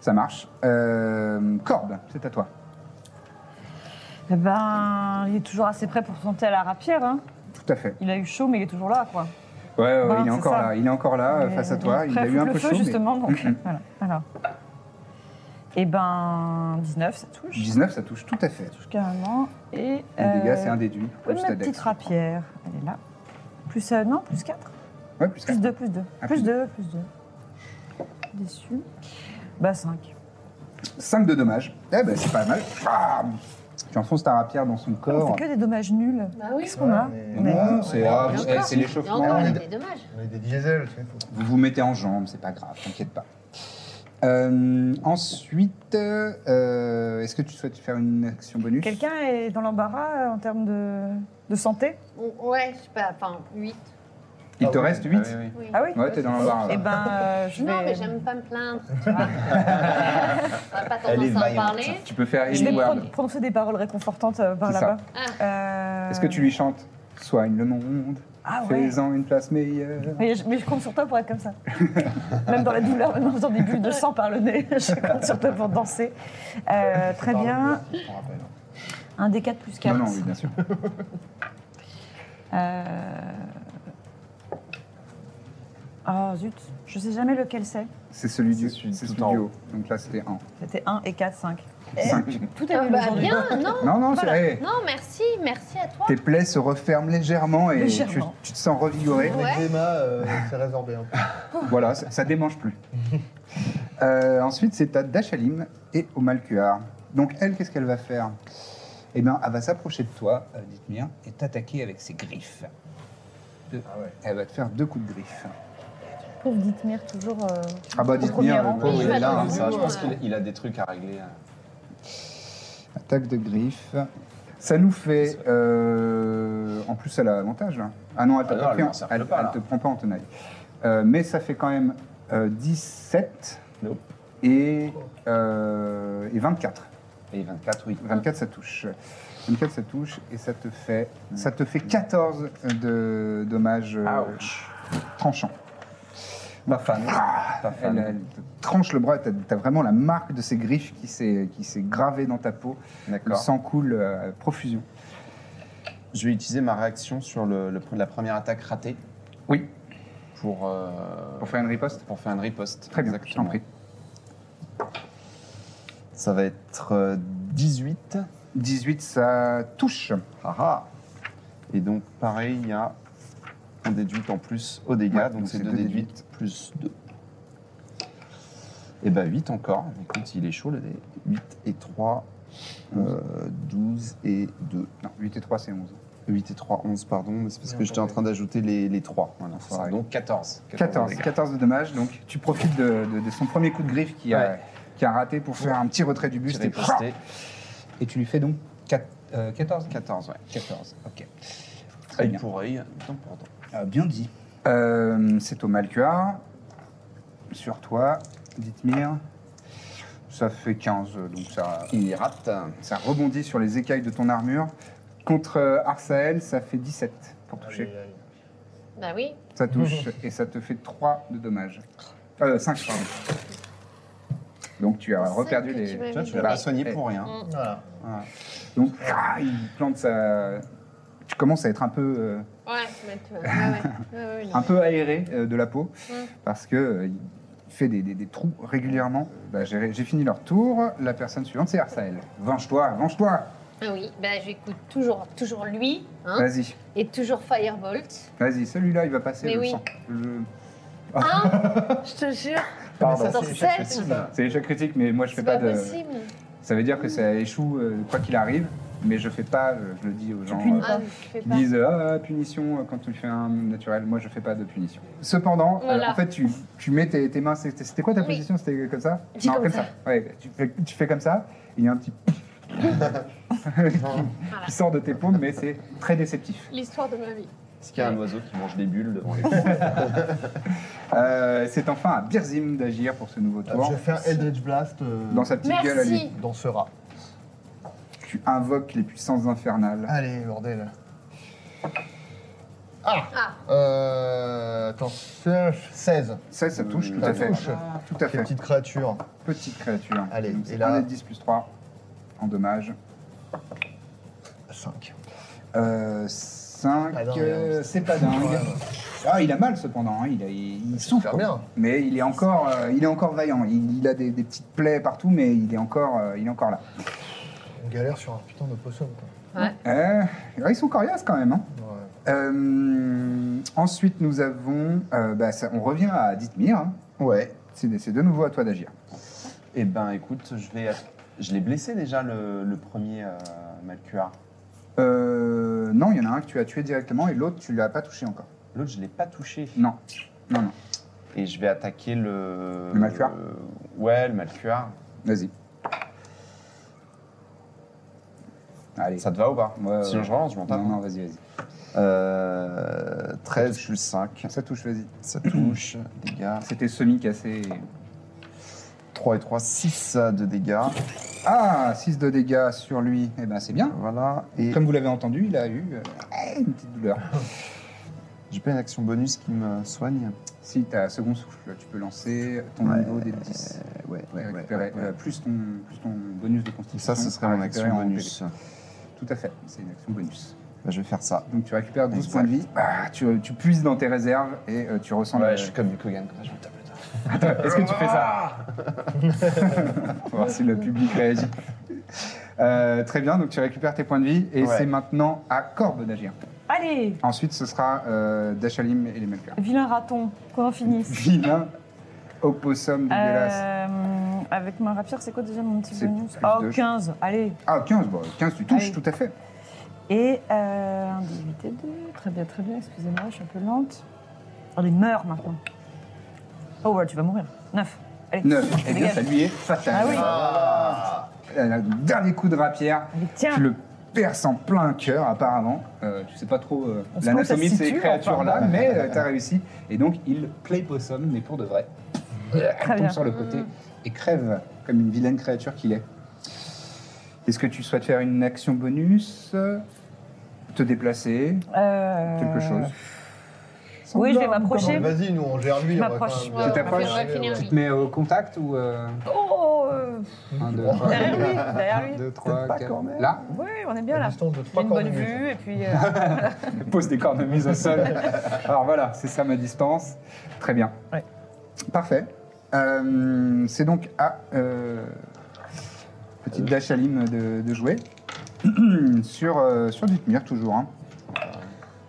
[SPEAKER 2] Ça marche. Euh, corde, c'est à toi.
[SPEAKER 5] Eh ben, il est toujours assez prêt pour tenter à la rapière. Hein.
[SPEAKER 2] Tout à fait.
[SPEAKER 5] Il a eu chaud, mais il est toujours là, quoi.
[SPEAKER 2] Ouais, ouais,
[SPEAKER 5] Bah,
[SPEAKER 2] il est
[SPEAKER 5] c'est
[SPEAKER 2] encore
[SPEAKER 5] ça.
[SPEAKER 2] là. Il est encore là euh,
[SPEAKER 5] Mais
[SPEAKER 2] face à toi.
[SPEAKER 5] est
[SPEAKER 2] Il
[SPEAKER 5] prêt
[SPEAKER 2] a
[SPEAKER 5] à
[SPEAKER 2] eu
[SPEAKER 5] foutre
[SPEAKER 2] un peu
[SPEAKER 5] le feu,
[SPEAKER 2] chaud. mais-
[SPEAKER 5] justement, donc
[SPEAKER 2] Mm, mm.
[SPEAKER 5] voilà. Alors. Eh ben, 19, ça touche.
[SPEAKER 2] 19, ça touche tout à fait.
[SPEAKER 5] Ça touche carrément. Et. euh,
[SPEAKER 2] Les dégâts, c'est un déduit.
[SPEAKER 5] Oui,
[SPEAKER 2] Plus
[SPEAKER 5] ma
[SPEAKER 2] ta
[SPEAKER 5] petite
[SPEAKER 2] dex.
[SPEAKER 5] rapière. Elle est là. Plus. euh, non, plus 4.
[SPEAKER 2] Ouais, plus
[SPEAKER 5] Plus
[SPEAKER 2] quatre.
[SPEAKER 5] 2, plus 2.
[SPEAKER 2] Ah, plus
[SPEAKER 5] plus 2, plus 2. Déçu. Bah, 5.
[SPEAKER 2] 5 de dommages. Eh ben, c'est pas mal. Bam tu enfonces ta rapière dans son
[SPEAKER 5] On
[SPEAKER 2] corps.
[SPEAKER 5] fait que des dommages nuls.
[SPEAKER 6] Bah oui.
[SPEAKER 5] Qu'est-ce qu'on a
[SPEAKER 7] Ouais,
[SPEAKER 5] On a-
[SPEAKER 2] Non, c'est ah, vous-
[SPEAKER 6] encore.
[SPEAKER 2] eh, c'est
[SPEAKER 6] Et encore,
[SPEAKER 2] l'échauffement.
[SPEAKER 6] il y a des dommages.
[SPEAKER 7] On est des diesels, tu sais. faut-
[SPEAKER 2] Vous vous mettez en jambe, c'est pas grave, t'inquiète pas. Euh, ensuite, euh, est-ce que tu souhaites faire une action bonus
[SPEAKER 5] Quelqu'un est dans l'embarras euh, en termes de, de santé
[SPEAKER 6] Ou- Ouais, je sais pas, enfin, 8.
[SPEAKER 2] Il te reste 8
[SPEAKER 6] Oui.
[SPEAKER 5] Ah oui
[SPEAKER 2] Ouais, t'es dans l'embarras.
[SPEAKER 5] Eh ben, euh, je
[SPEAKER 6] Non,
[SPEAKER 5] vais.
[SPEAKER 6] mais j'aime pas me plaindre, tu vois. On n'a pas
[SPEAKER 7] Elle est
[SPEAKER 6] tendance à en
[SPEAKER 7] vaillante.
[SPEAKER 6] parler.
[SPEAKER 2] Tu peux faire
[SPEAKER 5] Je vais
[SPEAKER 2] Healing Word.
[SPEAKER 5] pro- prononcer des paroles réconfortantes euh, par
[SPEAKER 2] C'est
[SPEAKER 5] là-bas.
[SPEAKER 6] ça. Ah.
[SPEAKER 5] Euh,
[SPEAKER 2] Est-ce que tu lui chantes Soigne le monde,
[SPEAKER 5] Ah ouais.
[SPEAKER 2] fais-en une place meilleure.
[SPEAKER 5] Mais je, mais je compte sur toi pour être comme ça. même dans la douleur, même en faisant des bulles de sang par le nez, je compte sur toi pour danser. Euh, très
[SPEAKER 7] Pardon,
[SPEAKER 3] Ah.
[SPEAKER 5] bien.
[SPEAKER 7] je te rappelle.
[SPEAKER 5] Un des 4 plus 4.
[SPEAKER 2] Non, non, oui, bien sûr.
[SPEAKER 5] Euh, Oh zut, je sais jamais lequel c'est.
[SPEAKER 2] C'est celui du,
[SPEAKER 3] C'est celui
[SPEAKER 2] c'est
[SPEAKER 3] tout
[SPEAKER 2] celui
[SPEAKER 3] en
[SPEAKER 2] du
[SPEAKER 3] haut.
[SPEAKER 2] haut. Donc là, c'était 1.
[SPEAKER 5] C'était 1 et 4, 5. Tout est
[SPEAKER 6] Ah,
[SPEAKER 5] nul
[SPEAKER 6] bah,
[SPEAKER 5] aujourd'hui.
[SPEAKER 6] bien, non.
[SPEAKER 2] Non, non, c'est
[SPEAKER 6] Voilà.
[SPEAKER 2] hey,
[SPEAKER 6] Non, merci, merci à toi.
[SPEAKER 2] Tes plaies se referment légèrement et
[SPEAKER 5] Légèrement.
[SPEAKER 2] Tu, tu te sens revigoré.
[SPEAKER 6] Ouais.
[SPEAKER 7] L'eczéma, euh, c'est résorbé un peu.
[SPEAKER 2] Voilà, ça, ça démange plus. Euh, ensuite, c'est à Dachalim et au Malkuar. Donc, elle, qu'est-ce qu'elle va faire Eh bien, elle va s'approcher de toi, euh, dites-moi, et t'attaquer avec ses griffes. Deux.
[SPEAKER 3] Ah
[SPEAKER 2] Elle va te faire deux coups de griffes.
[SPEAKER 5] Pauvre Dithmir, toujours. euh,
[SPEAKER 2] Ah bah,
[SPEAKER 5] au
[SPEAKER 2] dites-moi,
[SPEAKER 5] premier
[SPEAKER 2] le
[SPEAKER 5] rang.
[SPEAKER 2] pauvre,
[SPEAKER 6] Oui,
[SPEAKER 2] il est là.
[SPEAKER 6] voilà.
[SPEAKER 2] hein.
[SPEAKER 3] ça, je pense qu'il il a des trucs à régler. euh.
[SPEAKER 2] Attaque de griffes. Ça nous fait. euh, en plus, elle a avantage. là. Ah non, elle t'a
[SPEAKER 3] Ah non,
[SPEAKER 2] pas
[SPEAKER 3] elle
[SPEAKER 2] pris en-
[SPEAKER 3] m'encercle
[SPEAKER 2] elle-
[SPEAKER 3] pas,
[SPEAKER 2] elle
[SPEAKER 3] là.
[SPEAKER 2] te prend pas en tenaille. Euh, mais ça fait quand même euh, 17
[SPEAKER 3] Nope.
[SPEAKER 2] et, euh, et 24.
[SPEAKER 3] Et 24, oui.
[SPEAKER 2] 24 ça touche. 24 ça touche et ça te fait ça te fait 14 de dommages euh, tranchants.
[SPEAKER 3] Ma femme. Ma
[SPEAKER 2] Elle,
[SPEAKER 3] femme.
[SPEAKER 2] elle te tranche le bras, t'as as vraiment la marque de ses griffes qui s'est qui s'est gravée dans ta peau. Le
[SPEAKER 3] D'accord.
[SPEAKER 2] sang coule euh, à profusion.
[SPEAKER 3] Je vais utiliser ma réaction sur le, le- la première attaque ratée
[SPEAKER 2] Oui,
[SPEAKER 3] pour, euh,
[SPEAKER 2] pour faire une riposte.
[SPEAKER 3] pour faire une riposte.
[SPEAKER 2] Très bien, je
[SPEAKER 3] Exactement.
[SPEAKER 2] t'en prie.
[SPEAKER 3] Ça va être euh, 18.
[SPEAKER 2] 18 ça touche.
[SPEAKER 3] Ah ah. Et donc, pareil, il y a un déduit en plus au dégât,
[SPEAKER 2] Ouais,
[SPEAKER 3] donc c'est 2 déduits plus 2. Et bah 8 encore, écoute, il est chaud le dé. 8 et 3, 12 et 2.
[SPEAKER 2] Non, 8 et 3 c'est 11.
[SPEAKER 3] 8 et 3, 11, pardon, mais c'est parce
[SPEAKER 7] Non,
[SPEAKER 3] que j'étais en
[SPEAKER 7] attendez.
[SPEAKER 3] train d'ajouter les, les 3. Voilà, c'est ça.
[SPEAKER 2] Pareil.
[SPEAKER 3] Donc 14.
[SPEAKER 2] 14, 14 de dommages, donc tu profites de, de- de son premier coup de griffe qui a,
[SPEAKER 3] Ouais.
[SPEAKER 2] qui a raté pour faire un petit retrait du buste.
[SPEAKER 3] J'ai
[SPEAKER 2] Et,
[SPEAKER 3] riposté.
[SPEAKER 2] et tu lui fais donc quat- euh, 14
[SPEAKER 3] 14, ouais.
[SPEAKER 2] 14, ok. Très
[SPEAKER 3] Œil
[SPEAKER 2] bien.
[SPEAKER 3] pour œil, dent pour dent.
[SPEAKER 2] Euh, bien dit. Euh, c'est au Malcuar. Sur toi, Dithmir. Ça fait 15, donc ça,
[SPEAKER 3] Il rate.
[SPEAKER 2] ça rebondit sur les écailles de ton armure. Contre euh, Arsael, ça fait 17 pour toucher.
[SPEAKER 7] Allez, allez.
[SPEAKER 6] Bah oui.
[SPEAKER 2] Ça touche et ça te fait 3 de dommages. Euh, 5, pardon. Donc tu as
[SPEAKER 6] C'est ça
[SPEAKER 2] reperdu
[SPEAKER 6] que
[SPEAKER 2] les.
[SPEAKER 6] tu m'as
[SPEAKER 3] Tu vois,
[SPEAKER 6] mis
[SPEAKER 3] tu l'as
[SPEAKER 2] Bah,
[SPEAKER 3] pas soigné
[SPEAKER 2] eh.
[SPEAKER 3] pour rien.
[SPEAKER 6] Mm.
[SPEAKER 7] Voilà.
[SPEAKER 3] Voilà.
[SPEAKER 2] Donc ah, il plante sa. Tu commences à être un peu, euh,
[SPEAKER 6] Ouais, mais tu vois, ouais, ouais. Ouais, ouais, non.
[SPEAKER 2] un peu aéré euh, de la peau
[SPEAKER 6] Mm.
[SPEAKER 2] parce que euh, il fait des, des- des trous régulièrement. Bah, J'ai j'ai fini leur tour. La personne suivante, c'est Arsael. Venge-toi, venge-toi.
[SPEAKER 6] Ah oui, bah j'écoute toujours, toujours lui, hein,
[SPEAKER 2] Vas-y,
[SPEAKER 6] et toujours Firebolt.
[SPEAKER 2] vas-y. Celui-là, il va passer.
[SPEAKER 6] Mais
[SPEAKER 2] je le
[SPEAKER 6] oui.
[SPEAKER 2] sens. Je-
[SPEAKER 6] Hein
[SPEAKER 5] Je te jure.
[SPEAKER 7] Pardon.
[SPEAKER 6] Sur
[SPEAKER 7] C'est
[SPEAKER 6] sept,
[SPEAKER 2] C'est l'échec critique, mais moi je fais
[SPEAKER 6] C'est
[SPEAKER 2] pas,
[SPEAKER 6] pas
[SPEAKER 2] de.
[SPEAKER 6] possible.
[SPEAKER 2] Ça veut dire que ça échoue euh, quoi qu'il arrive, mais je fais pas. euh, Je le dis aux gens.
[SPEAKER 5] punis
[SPEAKER 2] euh,
[SPEAKER 6] Ah, je fais
[SPEAKER 2] qui
[SPEAKER 6] pas.
[SPEAKER 2] disent ah, punition euh, quand tu fais un naturel. Moi, je fais pas de punition. Cependant, euh,
[SPEAKER 6] Voilà.
[SPEAKER 2] en fait, tu, tu mets tes, tes mains. C'était c'était quoi ta
[SPEAKER 6] Oui.
[SPEAKER 2] position C'était comme ça
[SPEAKER 6] Dis comme ça.
[SPEAKER 2] Ouais, tu, fais, tu fais comme ça. et Il y a un petit qui sort de tes paumes, mais c'est très déceptif.
[SPEAKER 6] L'histoire de ma vie.
[SPEAKER 3] Est-ce qu'il y a un oiseau qui mange des bulles devant les
[SPEAKER 2] Euh, c'est enfin à Birzim d'agir pour ce nouveau tour.
[SPEAKER 7] Je vais faire Eldritch Blast euh,
[SPEAKER 2] Dans sa petite gueule, à lui,
[SPEAKER 6] Merci.
[SPEAKER 7] dans ce rat.
[SPEAKER 2] tu invoques les puissances infernales.
[SPEAKER 7] Allez, bordel. Ah,
[SPEAKER 6] Ah.
[SPEAKER 7] Euh, Attends, 16.
[SPEAKER 2] Ça, ça touche, tout
[SPEAKER 7] Ça
[SPEAKER 2] à fait.
[SPEAKER 7] touche.
[SPEAKER 2] Tout à
[SPEAKER 7] Quelle
[SPEAKER 2] fait.
[SPEAKER 7] petite créature.
[SPEAKER 2] Petite créature.
[SPEAKER 7] Allez,
[SPEAKER 2] Donc,
[SPEAKER 7] et
[SPEAKER 2] c'est
[SPEAKER 7] là-
[SPEAKER 2] 1 des 10 plus 3 en dommage.
[SPEAKER 7] 5.
[SPEAKER 2] 5,
[SPEAKER 7] Pas dingue, hein.
[SPEAKER 2] Euh, c'est pas dingue. Ah, il a mal cependant, hein, il, a- il- il souffre.
[SPEAKER 7] Super bien.
[SPEAKER 2] Mais il est encore, euh, il est encore vaillant. Il, il a des, des petites plaies partout, mais il est encore, euh, il est encore là.
[SPEAKER 7] On galère sur un putain de possum, quoi.
[SPEAKER 2] Euh, ils sont coriaces quand même. hein.
[SPEAKER 7] Ouais.
[SPEAKER 2] Euh, ensuite, nous avons, euh, bah, ça- on revient à Dithmir. hein.
[SPEAKER 3] Ouais.
[SPEAKER 2] C'est c'est de nouveau à toi d'agir.
[SPEAKER 3] Eh ben, écoute, je vais. Je l'ai blessé déjà le, le premier euh, Malcuar.
[SPEAKER 2] Euh, non, il y en a un que tu as tué directement et l'autre tu l'as pas touché encore.
[SPEAKER 3] L'autre, je l'ai pas touché.
[SPEAKER 2] Non, non, non.
[SPEAKER 3] Et je vais attaquer le.
[SPEAKER 2] Le Malcuar
[SPEAKER 3] euh, ouais, le Malcuar.
[SPEAKER 2] Vas-y. Allez.
[SPEAKER 3] Ça te va ou pas
[SPEAKER 2] Ouais, ouais.
[SPEAKER 3] Sinon, je relance, je m'en
[SPEAKER 2] Non,
[SPEAKER 3] tape.
[SPEAKER 2] non, vas-y, vas-y.
[SPEAKER 3] Euh, 13 plus 5.
[SPEAKER 2] Ça touche, vas-y.
[SPEAKER 3] Ça touche, dégâts.
[SPEAKER 2] C'était semi cassé.
[SPEAKER 3] 3 et 3, 6 de dégâts.
[SPEAKER 2] Ah, 6 de dégâts sur lui. Eh ben, c'est bien.
[SPEAKER 3] Voilà. Et
[SPEAKER 2] Comme vous l'avez entendu, il a eu euh, une petite douleur.
[SPEAKER 3] j'ai pas une action bonus qui me soigne.
[SPEAKER 2] Si tu as second souffle, tu peux lancer ton
[SPEAKER 3] Ouais.
[SPEAKER 2] niveau des 10
[SPEAKER 3] Euh, ouais,
[SPEAKER 2] et
[SPEAKER 3] ouais, Ah, ouais,
[SPEAKER 2] récupérer,
[SPEAKER 3] ouais, ouais.
[SPEAKER 2] euh, plus, ton, plus ton bonus de constitution.
[SPEAKER 3] Ça, ce serait
[SPEAKER 2] à
[SPEAKER 3] mon
[SPEAKER 2] récupérer
[SPEAKER 3] action
[SPEAKER 2] en
[SPEAKER 3] bonus.
[SPEAKER 2] PV. Tout à fait, c'est une action bonus.
[SPEAKER 3] Bah, je vais faire ça.
[SPEAKER 2] Donc tu récupères 12
[SPEAKER 3] Exact.
[SPEAKER 2] points de vie, Ah, tu, tu puises dans tes réserves et euh, tu ressens... le-
[SPEAKER 3] comme du Kogan, comme ça, je me tape le tas.
[SPEAKER 2] Est-ce que tu fais ça Pour voir si le public réagit. Euh, très bien, donc tu récupères tes points de vie et
[SPEAKER 3] Ouais.
[SPEAKER 2] c'est maintenant à Corbe d'agir.
[SPEAKER 5] Allez,
[SPEAKER 2] Ensuite, ce sera euh, Dachalim et les Melkars.
[SPEAKER 5] vilain raton, qu'on en finisse.
[SPEAKER 2] Vilain opossum dégueulasse.
[SPEAKER 5] Euh, avec ma rapière, c'est quoi déjà mon petit
[SPEAKER 2] C'est
[SPEAKER 5] bonus
[SPEAKER 2] plus
[SPEAKER 5] Oh,
[SPEAKER 2] deux.
[SPEAKER 5] 15, allez.
[SPEAKER 2] Ah, 15, bon, 15, tu touches,
[SPEAKER 5] Allez.
[SPEAKER 2] tout à fait.
[SPEAKER 5] Et euh, un 18 et 2. Très bien, très bien, excusez-moi, je suis un peu lente. Allez, meurs maintenant. Oh, ouais, tu vas mourir. 9. Allez.
[SPEAKER 2] 9, eh bien,
[SPEAKER 5] Dégage.
[SPEAKER 2] ça lui est fatal.
[SPEAKER 5] Ah oui.
[SPEAKER 2] Euh, Dernier coup de rapière,
[SPEAKER 5] Allez, tiens.
[SPEAKER 2] tu le perces en plein cœur, apparemment. Euh, tu sais pas trop euh,
[SPEAKER 5] On se
[SPEAKER 2] l'anatomie de
[SPEAKER 5] trouve, ça se
[SPEAKER 2] ces
[SPEAKER 5] situe,
[SPEAKER 2] créatures-là,
[SPEAKER 5] enfin.
[SPEAKER 2] mais tu as réussi. Et donc, il play possum, mais pour de vrai. Il tombe
[SPEAKER 5] bien. Mm.
[SPEAKER 2] sur le côté et crève comme une vilaine créature qu'il est. Est-ce que tu souhaites faire une action bonus Te déplacer
[SPEAKER 5] Euh,
[SPEAKER 2] Quelque chose
[SPEAKER 5] Oui, je vais
[SPEAKER 2] Semblable,
[SPEAKER 5] m'approcher.
[SPEAKER 7] Bon, Vas-y, nous, on gère lui.
[SPEAKER 5] Je
[SPEAKER 7] on va
[SPEAKER 5] m'approche.
[SPEAKER 7] quand même-
[SPEAKER 6] Tu
[SPEAKER 2] t'approches
[SPEAKER 6] On va finir.
[SPEAKER 2] Tu te mets au contact ou. euh,
[SPEAKER 5] Oh, euh,
[SPEAKER 2] un, deux, trois,
[SPEAKER 5] derrière lui, derrière lui.
[SPEAKER 2] 2, 3,
[SPEAKER 3] pas
[SPEAKER 2] 4.
[SPEAKER 3] quand même.
[SPEAKER 2] Là,
[SPEAKER 5] Oui, on est bien
[SPEAKER 7] À
[SPEAKER 5] là.
[SPEAKER 7] distance de
[SPEAKER 5] J'ai
[SPEAKER 7] 3
[SPEAKER 5] une bonne vue et puis euh,
[SPEAKER 2] pose des cornemuses au sol. Alors voilà, c'est ça ma distance. Très bien.
[SPEAKER 5] Ouais.
[SPEAKER 2] Parfait. Euh, c'est donc à euh, petite Dachalim de, de jouer sur, euh, sur Dithmir toujours. hein.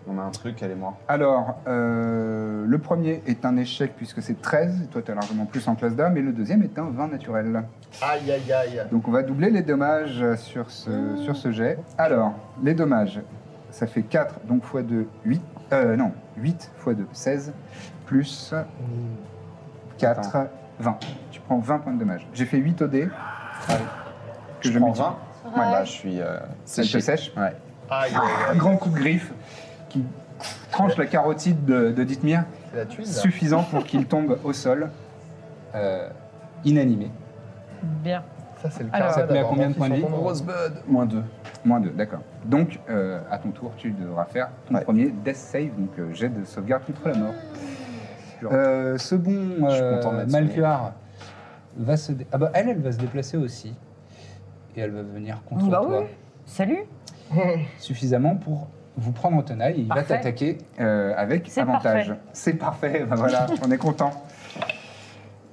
[SPEAKER 3] On a un truc, elle et moi.
[SPEAKER 2] Alors, euh, le premier est un échec puisque c'est 13, et toi tu as largement plus en classe d'âme, et le deuxième est un 20 naturel.
[SPEAKER 7] Aïe, aïe, aïe.
[SPEAKER 2] euh, Donc on va doubler les dommages sur ce, sur ce jet. Alors, les dommages. ça fait 4, donc x 2, 8. Euh, non, 8 x 2, 16, plus 4, 20. Tu prends 20 points de dommage. J'ai fait 8 au dé.
[SPEAKER 7] Ah,
[SPEAKER 2] Que
[SPEAKER 3] Je
[SPEAKER 2] je
[SPEAKER 3] prends
[SPEAKER 2] multiplie.
[SPEAKER 3] 20. Bah, je suis. euh,
[SPEAKER 2] Ça te
[SPEAKER 3] séché.
[SPEAKER 2] sèche.
[SPEAKER 3] Ouais.
[SPEAKER 7] Aïe,
[SPEAKER 2] Un grand coup de griffe qui tranche la carotide de, de Dithmir,
[SPEAKER 7] c'est la tuile. là.
[SPEAKER 2] suffisant pour qu'il tombe au sol, euh, inanimé.
[SPEAKER 5] Bien.
[SPEAKER 7] Ça, c'est le
[SPEAKER 5] Alors,
[SPEAKER 7] cas.
[SPEAKER 2] ça te met à combien de points de vie
[SPEAKER 3] Rosebud, moins 2.
[SPEAKER 2] Moins 2, d'accord. Donc, euh, à ton tour, tu devras faire ton
[SPEAKER 3] Ouais.
[SPEAKER 2] premier death save, donc euh, jet de sauvegarde contre la mort. Euh, ce bon
[SPEAKER 3] Je suis
[SPEAKER 2] euh,
[SPEAKER 3] content de m'être
[SPEAKER 2] Malkuar va se... dé- Ah bah, elle, elle va se déplacer aussi. Et elle va venir contre
[SPEAKER 5] Bah
[SPEAKER 2] toi.
[SPEAKER 5] oui. Salut.
[SPEAKER 2] Suffisamment pour vous prendre en tenaille. Et il
[SPEAKER 5] Parfait.
[SPEAKER 2] va t'attaquer euh, avec
[SPEAKER 5] C'est
[SPEAKER 2] avantage.
[SPEAKER 5] parfait.
[SPEAKER 2] C'est parfait, bah voilà, on est content.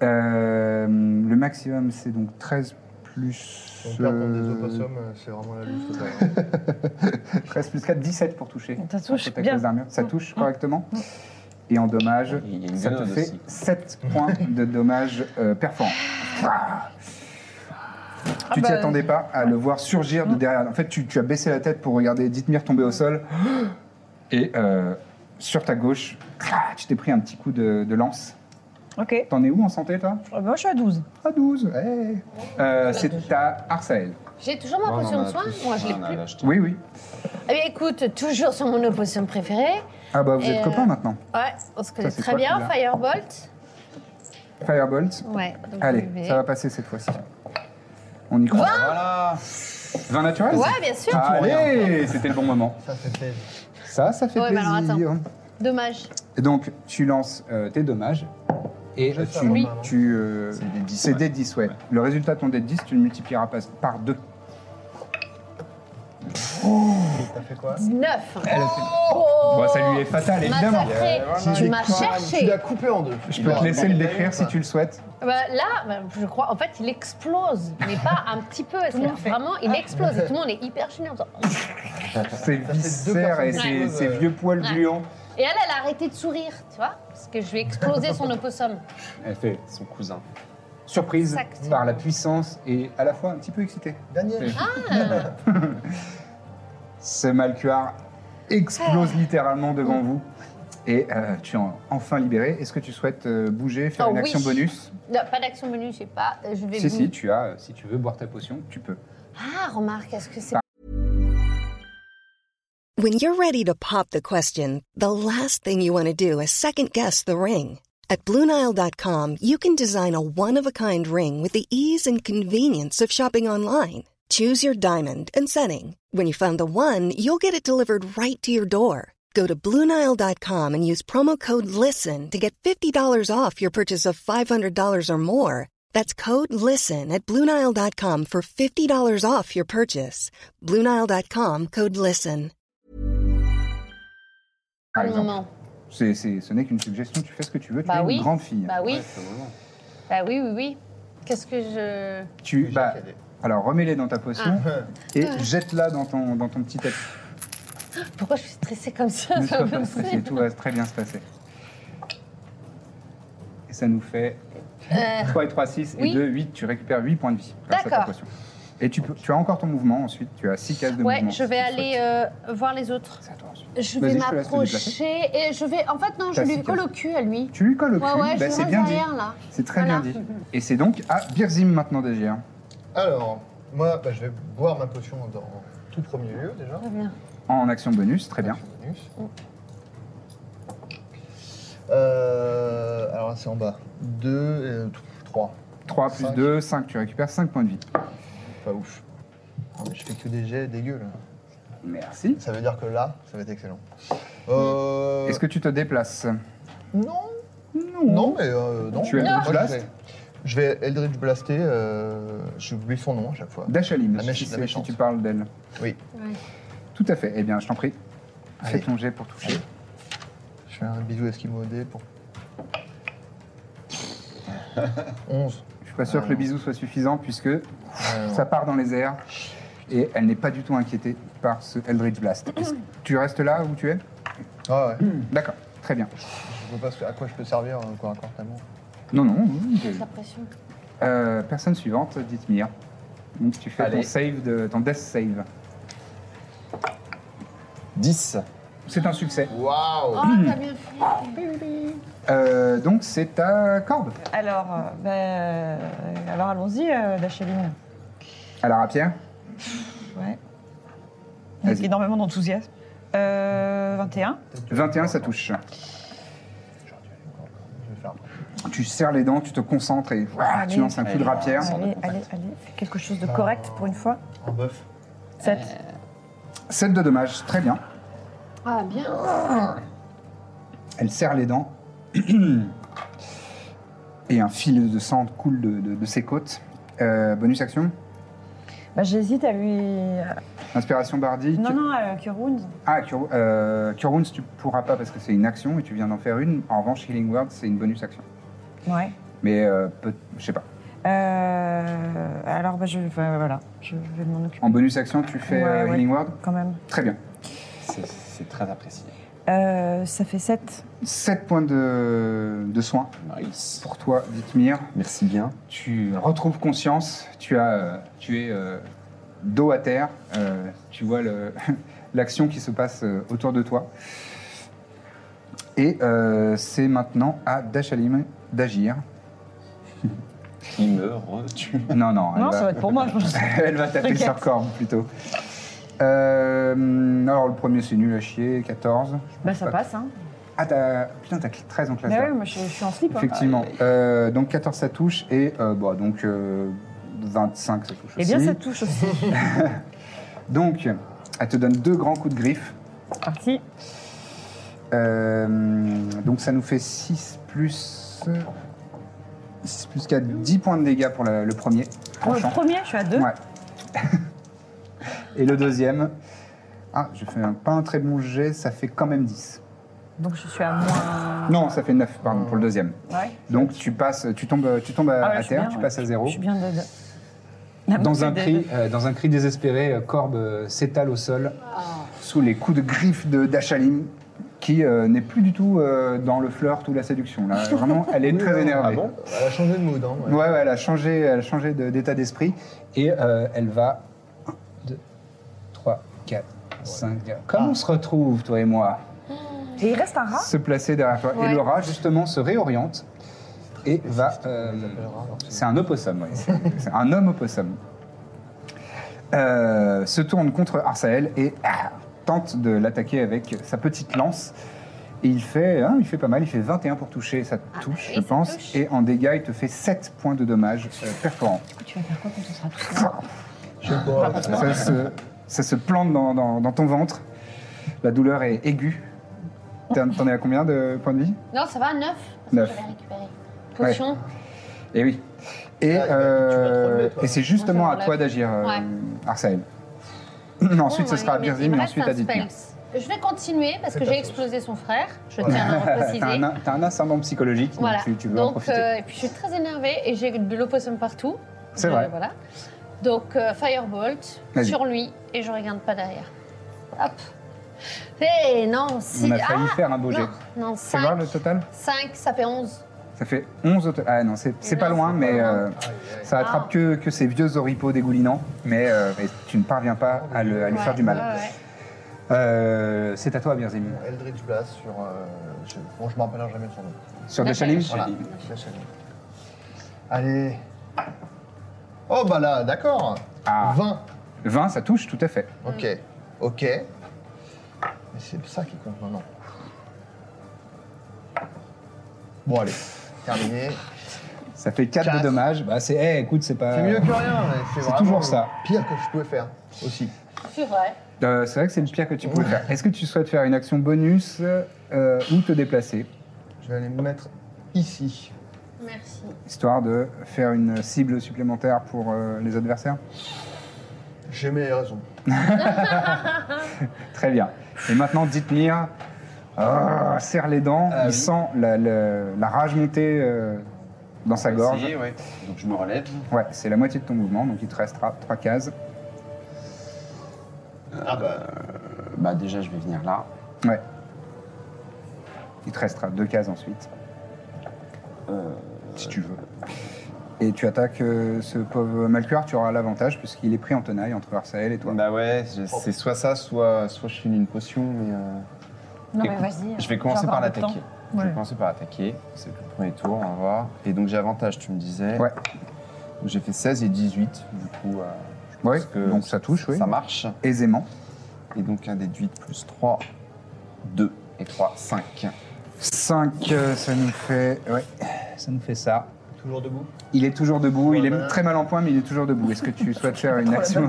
[SPEAKER 2] Euh, le maximum, c'est donc 13 plus...
[SPEAKER 7] On perd contre des
[SPEAKER 2] euh,
[SPEAKER 7] opossums, euh, c'est vraiment la lutte.
[SPEAKER 2] 13 plus 4, 17 pour toucher.
[SPEAKER 5] Ça touche,
[SPEAKER 2] Contre ta
[SPEAKER 5] Ah, bien. Oh.
[SPEAKER 2] classe d'armure. Ça touche correctement. Et en dommage,
[SPEAKER 3] Il y a une
[SPEAKER 2] ça te
[SPEAKER 3] gueule
[SPEAKER 2] fait
[SPEAKER 3] aussi.
[SPEAKER 2] 7 points de dommage euh, perforant. Ah. tu t'y
[SPEAKER 5] bah,
[SPEAKER 2] attendais pas à le voir surgir de derrière. En fait, tu, tu as baissé la tête pour regarder Dithmir tomber au sol. Et euh, sur ta gauche, ah, tu t'es pris un petit coup de, de lance.
[SPEAKER 5] Ok.
[SPEAKER 2] T'en es où en santé, toi
[SPEAKER 5] Ah bah, moi, je suis à 12.
[SPEAKER 2] À 12. hey. Euh, C'est à Arsael.
[SPEAKER 6] J'ai toujours ma potion de soin. Moi, je l'ai plus.
[SPEAKER 2] Oui, oui.
[SPEAKER 6] Eh bien, écoute, toujours sur mon potion préférée.
[SPEAKER 2] Ah bah, vous
[SPEAKER 6] Et,
[SPEAKER 2] êtes
[SPEAKER 6] euh,
[SPEAKER 2] copains maintenant.
[SPEAKER 6] Ouais, on se connaît
[SPEAKER 2] c'est
[SPEAKER 6] très
[SPEAKER 2] toi
[SPEAKER 6] bien.
[SPEAKER 2] qui l'as.
[SPEAKER 6] Firebolt.
[SPEAKER 2] Firebolt.
[SPEAKER 6] Ouais. donc
[SPEAKER 2] Allez,
[SPEAKER 6] je vais-
[SPEAKER 2] ça va passer cette fois-ci. On y croit.
[SPEAKER 3] Voilà
[SPEAKER 2] 20 naturels
[SPEAKER 6] Ouais, bien sûr.
[SPEAKER 2] Ah. Allez, c'était le bon moment.
[SPEAKER 7] Ça, c'est fait.
[SPEAKER 2] Ça, ça fait
[SPEAKER 6] Ouais, mais
[SPEAKER 2] plaisir.
[SPEAKER 6] alors, Dommage.
[SPEAKER 2] Et donc, tu lances euh, tes dommages et
[SPEAKER 7] Je vais
[SPEAKER 2] tu...
[SPEAKER 7] faire
[SPEAKER 6] Oui.
[SPEAKER 7] un malin.
[SPEAKER 2] tu, euh,
[SPEAKER 3] C'est des 10.
[SPEAKER 2] c'est des 10, ouais. Le résultat de ton dé de 10, tu le multiplieras pas- par 2.
[SPEAKER 7] T'as fait quoi
[SPEAKER 6] 19.
[SPEAKER 2] Eh, Bon, ça lui est fatal, évidemment.
[SPEAKER 6] Oh Massacré. Tu m'as
[SPEAKER 7] Tu
[SPEAKER 6] cherché.
[SPEAKER 7] l'as coupé en deux.
[SPEAKER 2] Je peux te laisser le décrire si tu le souhaites.
[SPEAKER 6] Bah, là, bah, je crois, en fait, il explose, mais pas un petit peu. C'est vraiment, il explose et tout le monde est hyper gêné. en disant, Oh.
[SPEAKER 2] Ses
[SPEAKER 7] fait deux
[SPEAKER 2] viscères et
[SPEAKER 7] personnes
[SPEAKER 2] ses,
[SPEAKER 7] qui
[SPEAKER 2] ses
[SPEAKER 7] causent, euh,
[SPEAKER 2] vieux poils
[SPEAKER 6] Ouais.
[SPEAKER 2] gluants.
[SPEAKER 6] Et elle, elle a arrêté de sourire, tu vois, parce que je lui ai explosé son opossum.
[SPEAKER 2] Elle fait
[SPEAKER 3] Son cousin.
[SPEAKER 2] surprise
[SPEAKER 6] Exact.
[SPEAKER 2] par la puissance et à la fois un petit peu excitée.
[SPEAKER 7] Daniel,
[SPEAKER 2] Ce Malcuar explose
[SPEAKER 6] Ah.
[SPEAKER 2] littéralement devant
[SPEAKER 6] Mm.
[SPEAKER 2] vous et euh, tu es en- enfin libéré. Est-ce que tu souhaites euh, bouger, faire
[SPEAKER 6] Oh,
[SPEAKER 2] une
[SPEAKER 6] oui.
[SPEAKER 2] action bonus
[SPEAKER 6] Non, pas d'action menu, je sais pas. Je vais.
[SPEAKER 2] Si, si, tu as, euh, si tu veux boire ta potion, tu peux.
[SPEAKER 6] Ah, remarque, est-ce que c'est
[SPEAKER 8] When you're ready to pop the question, the last thing you want to do is second guess the ring. At Bluenile.com, you can design a one of a kind ring with the ease and convenience of shopping online. Choose your diamond and setting. When you find the one, you'll get it delivered right to your door. Go to Bluenile.com and use promo code LISTEN to get $50 off your purchase of $500 or more. That's code LISTEN at Bluenile.com for $50 off your purchase. Bluenile.com code LISTEN.
[SPEAKER 2] Par
[SPEAKER 6] un
[SPEAKER 2] exemple,
[SPEAKER 6] moment
[SPEAKER 2] C'est- c'est- ce n'est qu'une suggestion, tu fais ce que tu veux, tu
[SPEAKER 6] Ah Bah
[SPEAKER 2] es
[SPEAKER 6] oui.
[SPEAKER 2] une grande fille.
[SPEAKER 6] Bah oui,
[SPEAKER 3] C'est
[SPEAKER 6] bah oui, oui, oui. Qu'est-ce que je.
[SPEAKER 2] Tu,
[SPEAKER 7] J'ai
[SPEAKER 2] bah,
[SPEAKER 7] fait des-
[SPEAKER 2] alors remets-les dans ta potion
[SPEAKER 6] Ah.
[SPEAKER 2] et jette-la dans ton, dans ton petit tapis.
[SPEAKER 6] Pourquoi je suis stressée comme ça
[SPEAKER 2] Ne
[SPEAKER 6] ça
[SPEAKER 2] sois
[SPEAKER 6] me
[SPEAKER 2] pas stressé,
[SPEAKER 6] stresse.
[SPEAKER 2] tout va très bien se passer. Et ça nous fait 3 et 3, 6 et
[SPEAKER 6] Euh, oui.
[SPEAKER 2] 2, 8. Tu récupères 8 points de vie grâce à ta
[SPEAKER 6] D'accord.
[SPEAKER 2] potion. Et tu, peux, tu as encore ton mouvement ensuite, tu as 6 cases de mouvement.
[SPEAKER 6] Ouais, je
[SPEAKER 2] si
[SPEAKER 6] vais
[SPEAKER 2] tu le
[SPEAKER 6] aller
[SPEAKER 2] souhaites.
[SPEAKER 6] euh, voir les autres.
[SPEAKER 2] C'est à toi ensuite.
[SPEAKER 6] Je
[SPEAKER 2] Vas-y,
[SPEAKER 6] vais
[SPEAKER 2] je te laisse te
[SPEAKER 6] m'approcher et je vais. En fait, non, je
[SPEAKER 2] T'as
[SPEAKER 6] lui
[SPEAKER 2] six
[SPEAKER 6] colle
[SPEAKER 2] cases.
[SPEAKER 6] au cul à lui.
[SPEAKER 2] Tu lui colles au cul,
[SPEAKER 6] Ouais, ouais,
[SPEAKER 2] bah,
[SPEAKER 6] je
[SPEAKER 2] c'est
[SPEAKER 6] suis
[SPEAKER 2] bien dit.
[SPEAKER 6] derrière là.
[SPEAKER 2] C'est très
[SPEAKER 6] Voilà.
[SPEAKER 2] bien dit. Et c'est donc à Birzim maintenant d'agir.
[SPEAKER 7] Alors, moi, bah, je vais boire ma potion dans tout premier lieu déjà.
[SPEAKER 6] Très bien.
[SPEAKER 2] En action bonus, très bien.
[SPEAKER 7] Bonus. Euh, alors là, c'est en bas. 2 et euh, 3.
[SPEAKER 2] 3 plus
[SPEAKER 7] Cinq.
[SPEAKER 2] 2, 5, tu récupères 5 points de vie.
[SPEAKER 7] Pas ouf. Non, mais je fais que des jets dégueux là.
[SPEAKER 2] Merci.
[SPEAKER 7] Ça veut dire que là, ça va être excellent. Euh,
[SPEAKER 2] Est-ce que tu te déplaces
[SPEAKER 7] Non Non, mais euh, non.
[SPEAKER 2] Tu as
[SPEAKER 7] Moi,
[SPEAKER 2] Eldritch
[SPEAKER 7] je
[SPEAKER 2] Blast
[SPEAKER 7] vais- Je vais Eldritch Blaster, euh, j'oublie son nom à chaque fois.
[SPEAKER 2] Dachalim,
[SPEAKER 7] La
[SPEAKER 2] si,
[SPEAKER 7] mèche- la
[SPEAKER 2] c'est- si
[SPEAKER 7] méchante.
[SPEAKER 2] tu parles d'elle.
[SPEAKER 7] Oui.
[SPEAKER 6] Ouais.
[SPEAKER 2] Tout à fait. Eh bien, je t'en prie. Fais
[SPEAKER 7] Allez.
[SPEAKER 2] ton jet pour toucher.
[SPEAKER 7] Je fais un bisou esquimau au dé pour. 11.
[SPEAKER 2] Je suis pas sûr que le bisou soit suffisant puisque
[SPEAKER 7] non.
[SPEAKER 2] ça part dans les airs et elle n'est pas du tout inquiétée par ce Eldritch Blast. Est-ce que tu restes là où tu es
[SPEAKER 7] Ah ouais,
[SPEAKER 2] D'accord. Très bien.
[SPEAKER 7] je vois pas ce que- à quoi je peux servir euh, corps à corps tellement.
[SPEAKER 2] Non, non. oui,
[SPEAKER 6] J'ai
[SPEAKER 2] t'es-
[SPEAKER 6] la pression.
[SPEAKER 2] Euh, personne suivante, dites-moi. Donc tu fais ton
[SPEAKER 3] Allez.
[SPEAKER 2] save de ton death save.
[SPEAKER 3] 10.
[SPEAKER 2] C'est un succès.
[SPEAKER 7] Waouh
[SPEAKER 6] Oh, t'as bien fait.
[SPEAKER 2] Euh, donc c'est à corde.
[SPEAKER 5] Alors, euh, ben, euh, alors allons-y, euh, Dacheline.
[SPEAKER 2] Alors à Pierre
[SPEAKER 5] Ouais. Avec
[SPEAKER 2] Vas-y.
[SPEAKER 5] énormément d'enthousiasme. Euh, 21.
[SPEAKER 2] 21, ça touche.
[SPEAKER 7] Je vais faire un-
[SPEAKER 2] Tu serres les dents, tu te concentres et ouah,
[SPEAKER 5] Allez.
[SPEAKER 2] tu lances un coup de rapière.
[SPEAKER 5] Allez, allez, allez. Fais quelque chose de
[SPEAKER 2] Bah,
[SPEAKER 5] correct pour une fois.
[SPEAKER 7] un bœuf.
[SPEAKER 2] euh,
[SPEAKER 5] 7.
[SPEAKER 2] 7 de dommages, très bien.
[SPEAKER 6] Ah, bien.
[SPEAKER 2] Elle serre les dents. et un fil de sang coule de, de- de ses côtes. Euh, bonus action
[SPEAKER 5] Bah, J'hésite à lui. euh,
[SPEAKER 2] Inspiration bardique.
[SPEAKER 5] Non, non, à Cure Wounds.
[SPEAKER 2] Ah, Cure, euh, Cure Wounds, tu pourras pas parce que c'est une action et tu viens d'en faire une. En revanche, Healing Word, c'est une bonus action.
[SPEAKER 5] Ouais.
[SPEAKER 2] Mais euh, peut- je sais pas.
[SPEAKER 5] Euh, alors, bah, je, enfin, voilà, je vais m'en occuper
[SPEAKER 2] En bonus action, tu fais
[SPEAKER 5] Ouais,
[SPEAKER 2] euh,
[SPEAKER 5] ouais.
[SPEAKER 2] Healing Word
[SPEAKER 5] quand même.
[SPEAKER 2] Très bien.
[SPEAKER 3] C'est- C'est très apprécié.
[SPEAKER 5] Euh, ça fait 7.
[SPEAKER 2] 7 points de, de soins
[SPEAKER 3] Nice.
[SPEAKER 2] pour toi, Dithmir.
[SPEAKER 3] Merci bien.
[SPEAKER 2] Tu retrouves conscience, tu, as, euh, tu es euh, dos à terre, euh, tu vois le- l'action qui se passe euh, autour de toi. Et euh, c'est maintenant à Dachalim d'agir.
[SPEAKER 3] Il me retue.
[SPEAKER 2] Non, non, elle,
[SPEAKER 5] Non, ça va
[SPEAKER 2] va,
[SPEAKER 5] être pour moi, je pense.
[SPEAKER 2] elle va taper sur Corbe plutôt. Euh, alors le premier c'est nul à chier, 14. Je pense
[SPEAKER 5] Bah, ça
[SPEAKER 2] pas-
[SPEAKER 5] passe, hein.
[SPEAKER 2] Ah, t'as- putain, t'as 13 en classe.
[SPEAKER 5] Bah,
[SPEAKER 2] d'art.
[SPEAKER 5] ouais, moi, je, je suis en slip. Hein.
[SPEAKER 2] Effectivement. Euh, donc 14 ça touche et euh, bon, donc euh, 25 ça touche
[SPEAKER 5] Eh
[SPEAKER 2] aussi.
[SPEAKER 5] bien, ça touche aussi.
[SPEAKER 2] Donc, elle te donne deux grands coups de griffe.
[SPEAKER 5] C'est parti.
[SPEAKER 2] Euh, donc ça nous fait 6 plus... 6 plus 4, 10 points de dégâts pour le, le premier.
[SPEAKER 5] Pour Oh, le
[SPEAKER 2] tranchant.
[SPEAKER 5] premier, je suis à 2.
[SPEAKER 2] Ouais. Et le deuxième... Ah, je fais un, pas un très bon jet, ça fait quand même 10.
[SPEAKER 5] Donc, je suis à moins.
[SPEAKER 2] Non, ça fait 9, pardon, pour le deuxième.
[SPEAKER 5] Ouais.
[SPEAKER 2] Donc tu passes, tu tombes, tu tombes Euh, à,
[SPEAKER 5] Ah ouais,
[SPEAKER 2] à
[SPEAKER 5] je suis
[SPEAKER 2] terre,
[SPEAKER 5] bien,
[SPEAKER 2] tu
[SPEAKER 5] ouais.
[SPEAKER 2] passes à zéro.
[SPEAKER 5] Je suis bien de. Ah,
[SPEAKER 2] Dans un, cri, euh, dans un cri désespéré, euh, Corbe euh, s'étale au sol sous les coups de griffes de Dachalim, qui euh, n'est plus du tout euh, dans le flirt ou la séduction. Là. Vraiment, elle est très énervée.
[SPEAKER 7] Ah bon Elle a changé de mood, hein. ouais.
[SPEAKER 2] ouais, ouais, elle a changé, elle a changé de- d'état d'esprit et euh, elle va. 1, 2, 3, 4, 5. Comme on se retrouve, toi et moi,
[SPEAKER 5] Et il reste un rat
[SPEAKER 2] se placer derrière toi. Et
[SPEAKER 6] Ouais.
[SPEAKER 2] le rat, justement, se réoriente et va. euh,
[SPEAKER 7] Alors, alors, c'est-
[SPEAKER 2] c'est un opossum, oui. C'est c'est un homme opossum. Euh, se tourne contre Arsael et ah, tente de l'attaquer avec sa petite lance. Et il fait, hein, il fait pas mal, il fait 21 pour toucher, ça te touche,
[SPEAKER 6] oui,
[SPEAKER 2] je
[SPEAKER 6] Ah, ça
[SPEAKER 2] pense.
[SPEAKER 6] touche.
[SPEAKER 2] Et en dégâts, il te fait 7 points de dommages euh, perforants.
[SPEAKER 5] Tu vas faire quoi quand on sera tous
[SPEAKER 7] Je sais pas.
[SPEAKER 6] Oh.
[SPEAKER 2] Ça se, ça se plante dans, dans- dans ton ventre. La douleur est aiguë. T'en t'en es à combien de points de vie
[SPEAKER 6] Non, ça va, 9
[SPEAKER 2] Neuf.
[SPEAKER 6] Je vais récupérer. Potion.
[SPEAKER 2] Eh oui. Et,
[SPEAKER 7] Ah, tu vas- tu vas te
[SPEAKER 2] euh,
[SPEAKER 7] relever, toi.
[SPEAKER 2] et c'est justement
[SPEAKER 6] Moi,
[SPEAKER 2] à
[SPEAKER 6] je me
[SPEAKER 2] toi d'agir, euh,
[SPEAKER 6] Ouais.
[SPEAKER 2] Arsael. ensuite, ce sera à Birzim et ensuite Euh, à Dithmir.
[SPEAKER 6] Je vais continuer parce que j'ai explosé son frère. Je tiens à le
[SPEAKER 2] T'as
[SPEAKER 6] préciser.
[SPEAKER 2] un, t'as un ascendant psychologique, donc
[SPEAKER 6] Voilà.
[SPEAKER 2] tu, tu veux en
[SPEAKER 6] Donc,
[SPEAKER 2] profiter.
[SPEAKER 6] euh, et puis je suis très énervée et j'ai de l'opossum partout.
[SPEAKER 2] C'est
[SPEAKER 6] Je-
[SPEAKER 2] vrai.
[SPEAKER 6] Voilà. Donc, euh, Firebolt
[SPEAKER 2] Vas-y.
[SPEAKER 6] sur lui et je regarde pas derrière. Hop. Eh non, si.
[SPEAKER 2] On a failli
[SPEAKER 6] ah,
[SPEAKER 2] faire un beau jet.
[SPEAKER 6] non, non,
[SPEAKER 2] C'est voir
[SPEAKER 6] 5,
[SPEAKER 2] le total
[SPEAKER 6] 5, ça fait 11.
[SPEAKER 2] Ça fait 11 au to- Ah non, c'est c'est
[SPEAKER 6] non,
[SPEAKER 2] pas loin,
[SPEAKER 6] c'est
[SPEAKER 2] mais
[SPEAKER 6] pas loin.
[SPEAKER 2] euh, ça attrape
[SPEAKER 6] Ah.
[SPEAKER 2] que, que ces vieux oripeaux dégoulinants, mais, euh, mais tu ne parviens pas à, le- à lui
[SPEAKER 6] Ouais,
[SPEAKER 2] faire du mal.
[SPEAKER 6] ouais, ouais.
[SPEAKER 2] Euh, c'est à toi, Birzim.
[SPEAKER 7] Eldritch Blast sur. euh, je- Bon, je me rappellerai jamais de son nom.
[SPEAKER 2] Sur
[SPEAKER 6] La
[SPEAKER 2] Dechalim
[SPEAKER 6] chaîne.
[SPEAKER 7] Voilà. La chaîne. Allez. Oh, bah là, d'accord.
[SPEAKER 2] Ah.
[SPEAKER 7] 20.
[SPEAKER 2] 20, ça touche, tout à fait.
[SPEAKER 7] Ok. Ok. Mais c'est ça qui compte maintenant. Bon, allez. Terminé.
[SPEAKER 2] Ça fait 4 de
[SPEAKER 7] Quatre.
[SPEAKER 2] dommages. Bah, c'est, eh, écoute, c'est pas.
[SPEAKER 7] C'est mieux que rien, mais c'est
[SPEAKER 2] C'est
[SPEAKER 7] vraiment
[SPEAKER 2] toujours ça.
[SPEAKER 7] le Pire que je pouvais faire aussi.
[SPEAKER 6] C'est vrai.
[SPEAKER 2] Euh, c'est vrai que c'est le pire que tu pouvais faire. Est-ce que tu souhaites faire une action bonus euh, ou te déplacer,
[SPEAKER 7] Je vais aller me mettre ici.
[SPEAKER 6] Merci.
[SPEAKER 2] histoire de faire une cible supplémentaire pour euh, les adversaires
[SPEAKER 7] J'ai mes raisons.
[SPEAKER 2] Très bien. Et maintenant, Dithmir ah, serre les dents. il sent la, la- la rage monter euh, dans sa gorge.
[SPEAKER 3] Essayez, ouais. Donc je me relève.
[SPEAKER 2] Ouais, c'est la moitié de ton mouvement, donc il te restera trois cases.
[SPEAKER 7] Ah bah.
[SPEAKER 3] Euh, Bah déjà je vais venir là.
[SPEAKER 2] Ouais. Il te restera deux cases ensuite. si tu veux. Et tu attaques euh, ce pauvre Malcuar, tu auras l'avantage puisqu'il est pris en tenaille entre Arsael et toi.
[SPEAKER 3] Bah ouais, j'ai- c'est soit ça, soit, soit je finis une potion, mais... euh,
[SPEAKER 5] Non, mais
[SPEAKER 3] écoute,
[SPEAKER 5] vas-y.
[SPEAKER 3] Je vais commencer par l'attaquer. Je vais
[SPEAKER 5] Ouais.
[SPEAKER 3] commencer par attaquer. C'est le premier tour, on va voir. Et donc j'ai avantage, tu me disais.
[SPEAKER 2] Ouais.
[SPEAKER 3] Donc J'ai fait 16 et 18, du coup... euh, je pense
[SPEAKER 2] Ouais,
[SPEAKER 3] que
[SPEAKER 2] donc ça touche, oui.
[SPEAKER 3] Ça marche.
[SPEAKER 2] Aisément.
[SPEAKER 3] Et donc un des 8 plus 3, 2 et 3, 5.
[SPEAKER 2] 5, euh, ça nous fait. Ouais, ça nous fait ça.
[SPEAKER 4] Toujours debout
[SPEAKER 2] Il est toujours debout, il est
[SPEAKER 7] Voilà.
[SPEAKER 2] très mal en point, mais il est toujours debout. Est-ce que tu souhaites faire une action,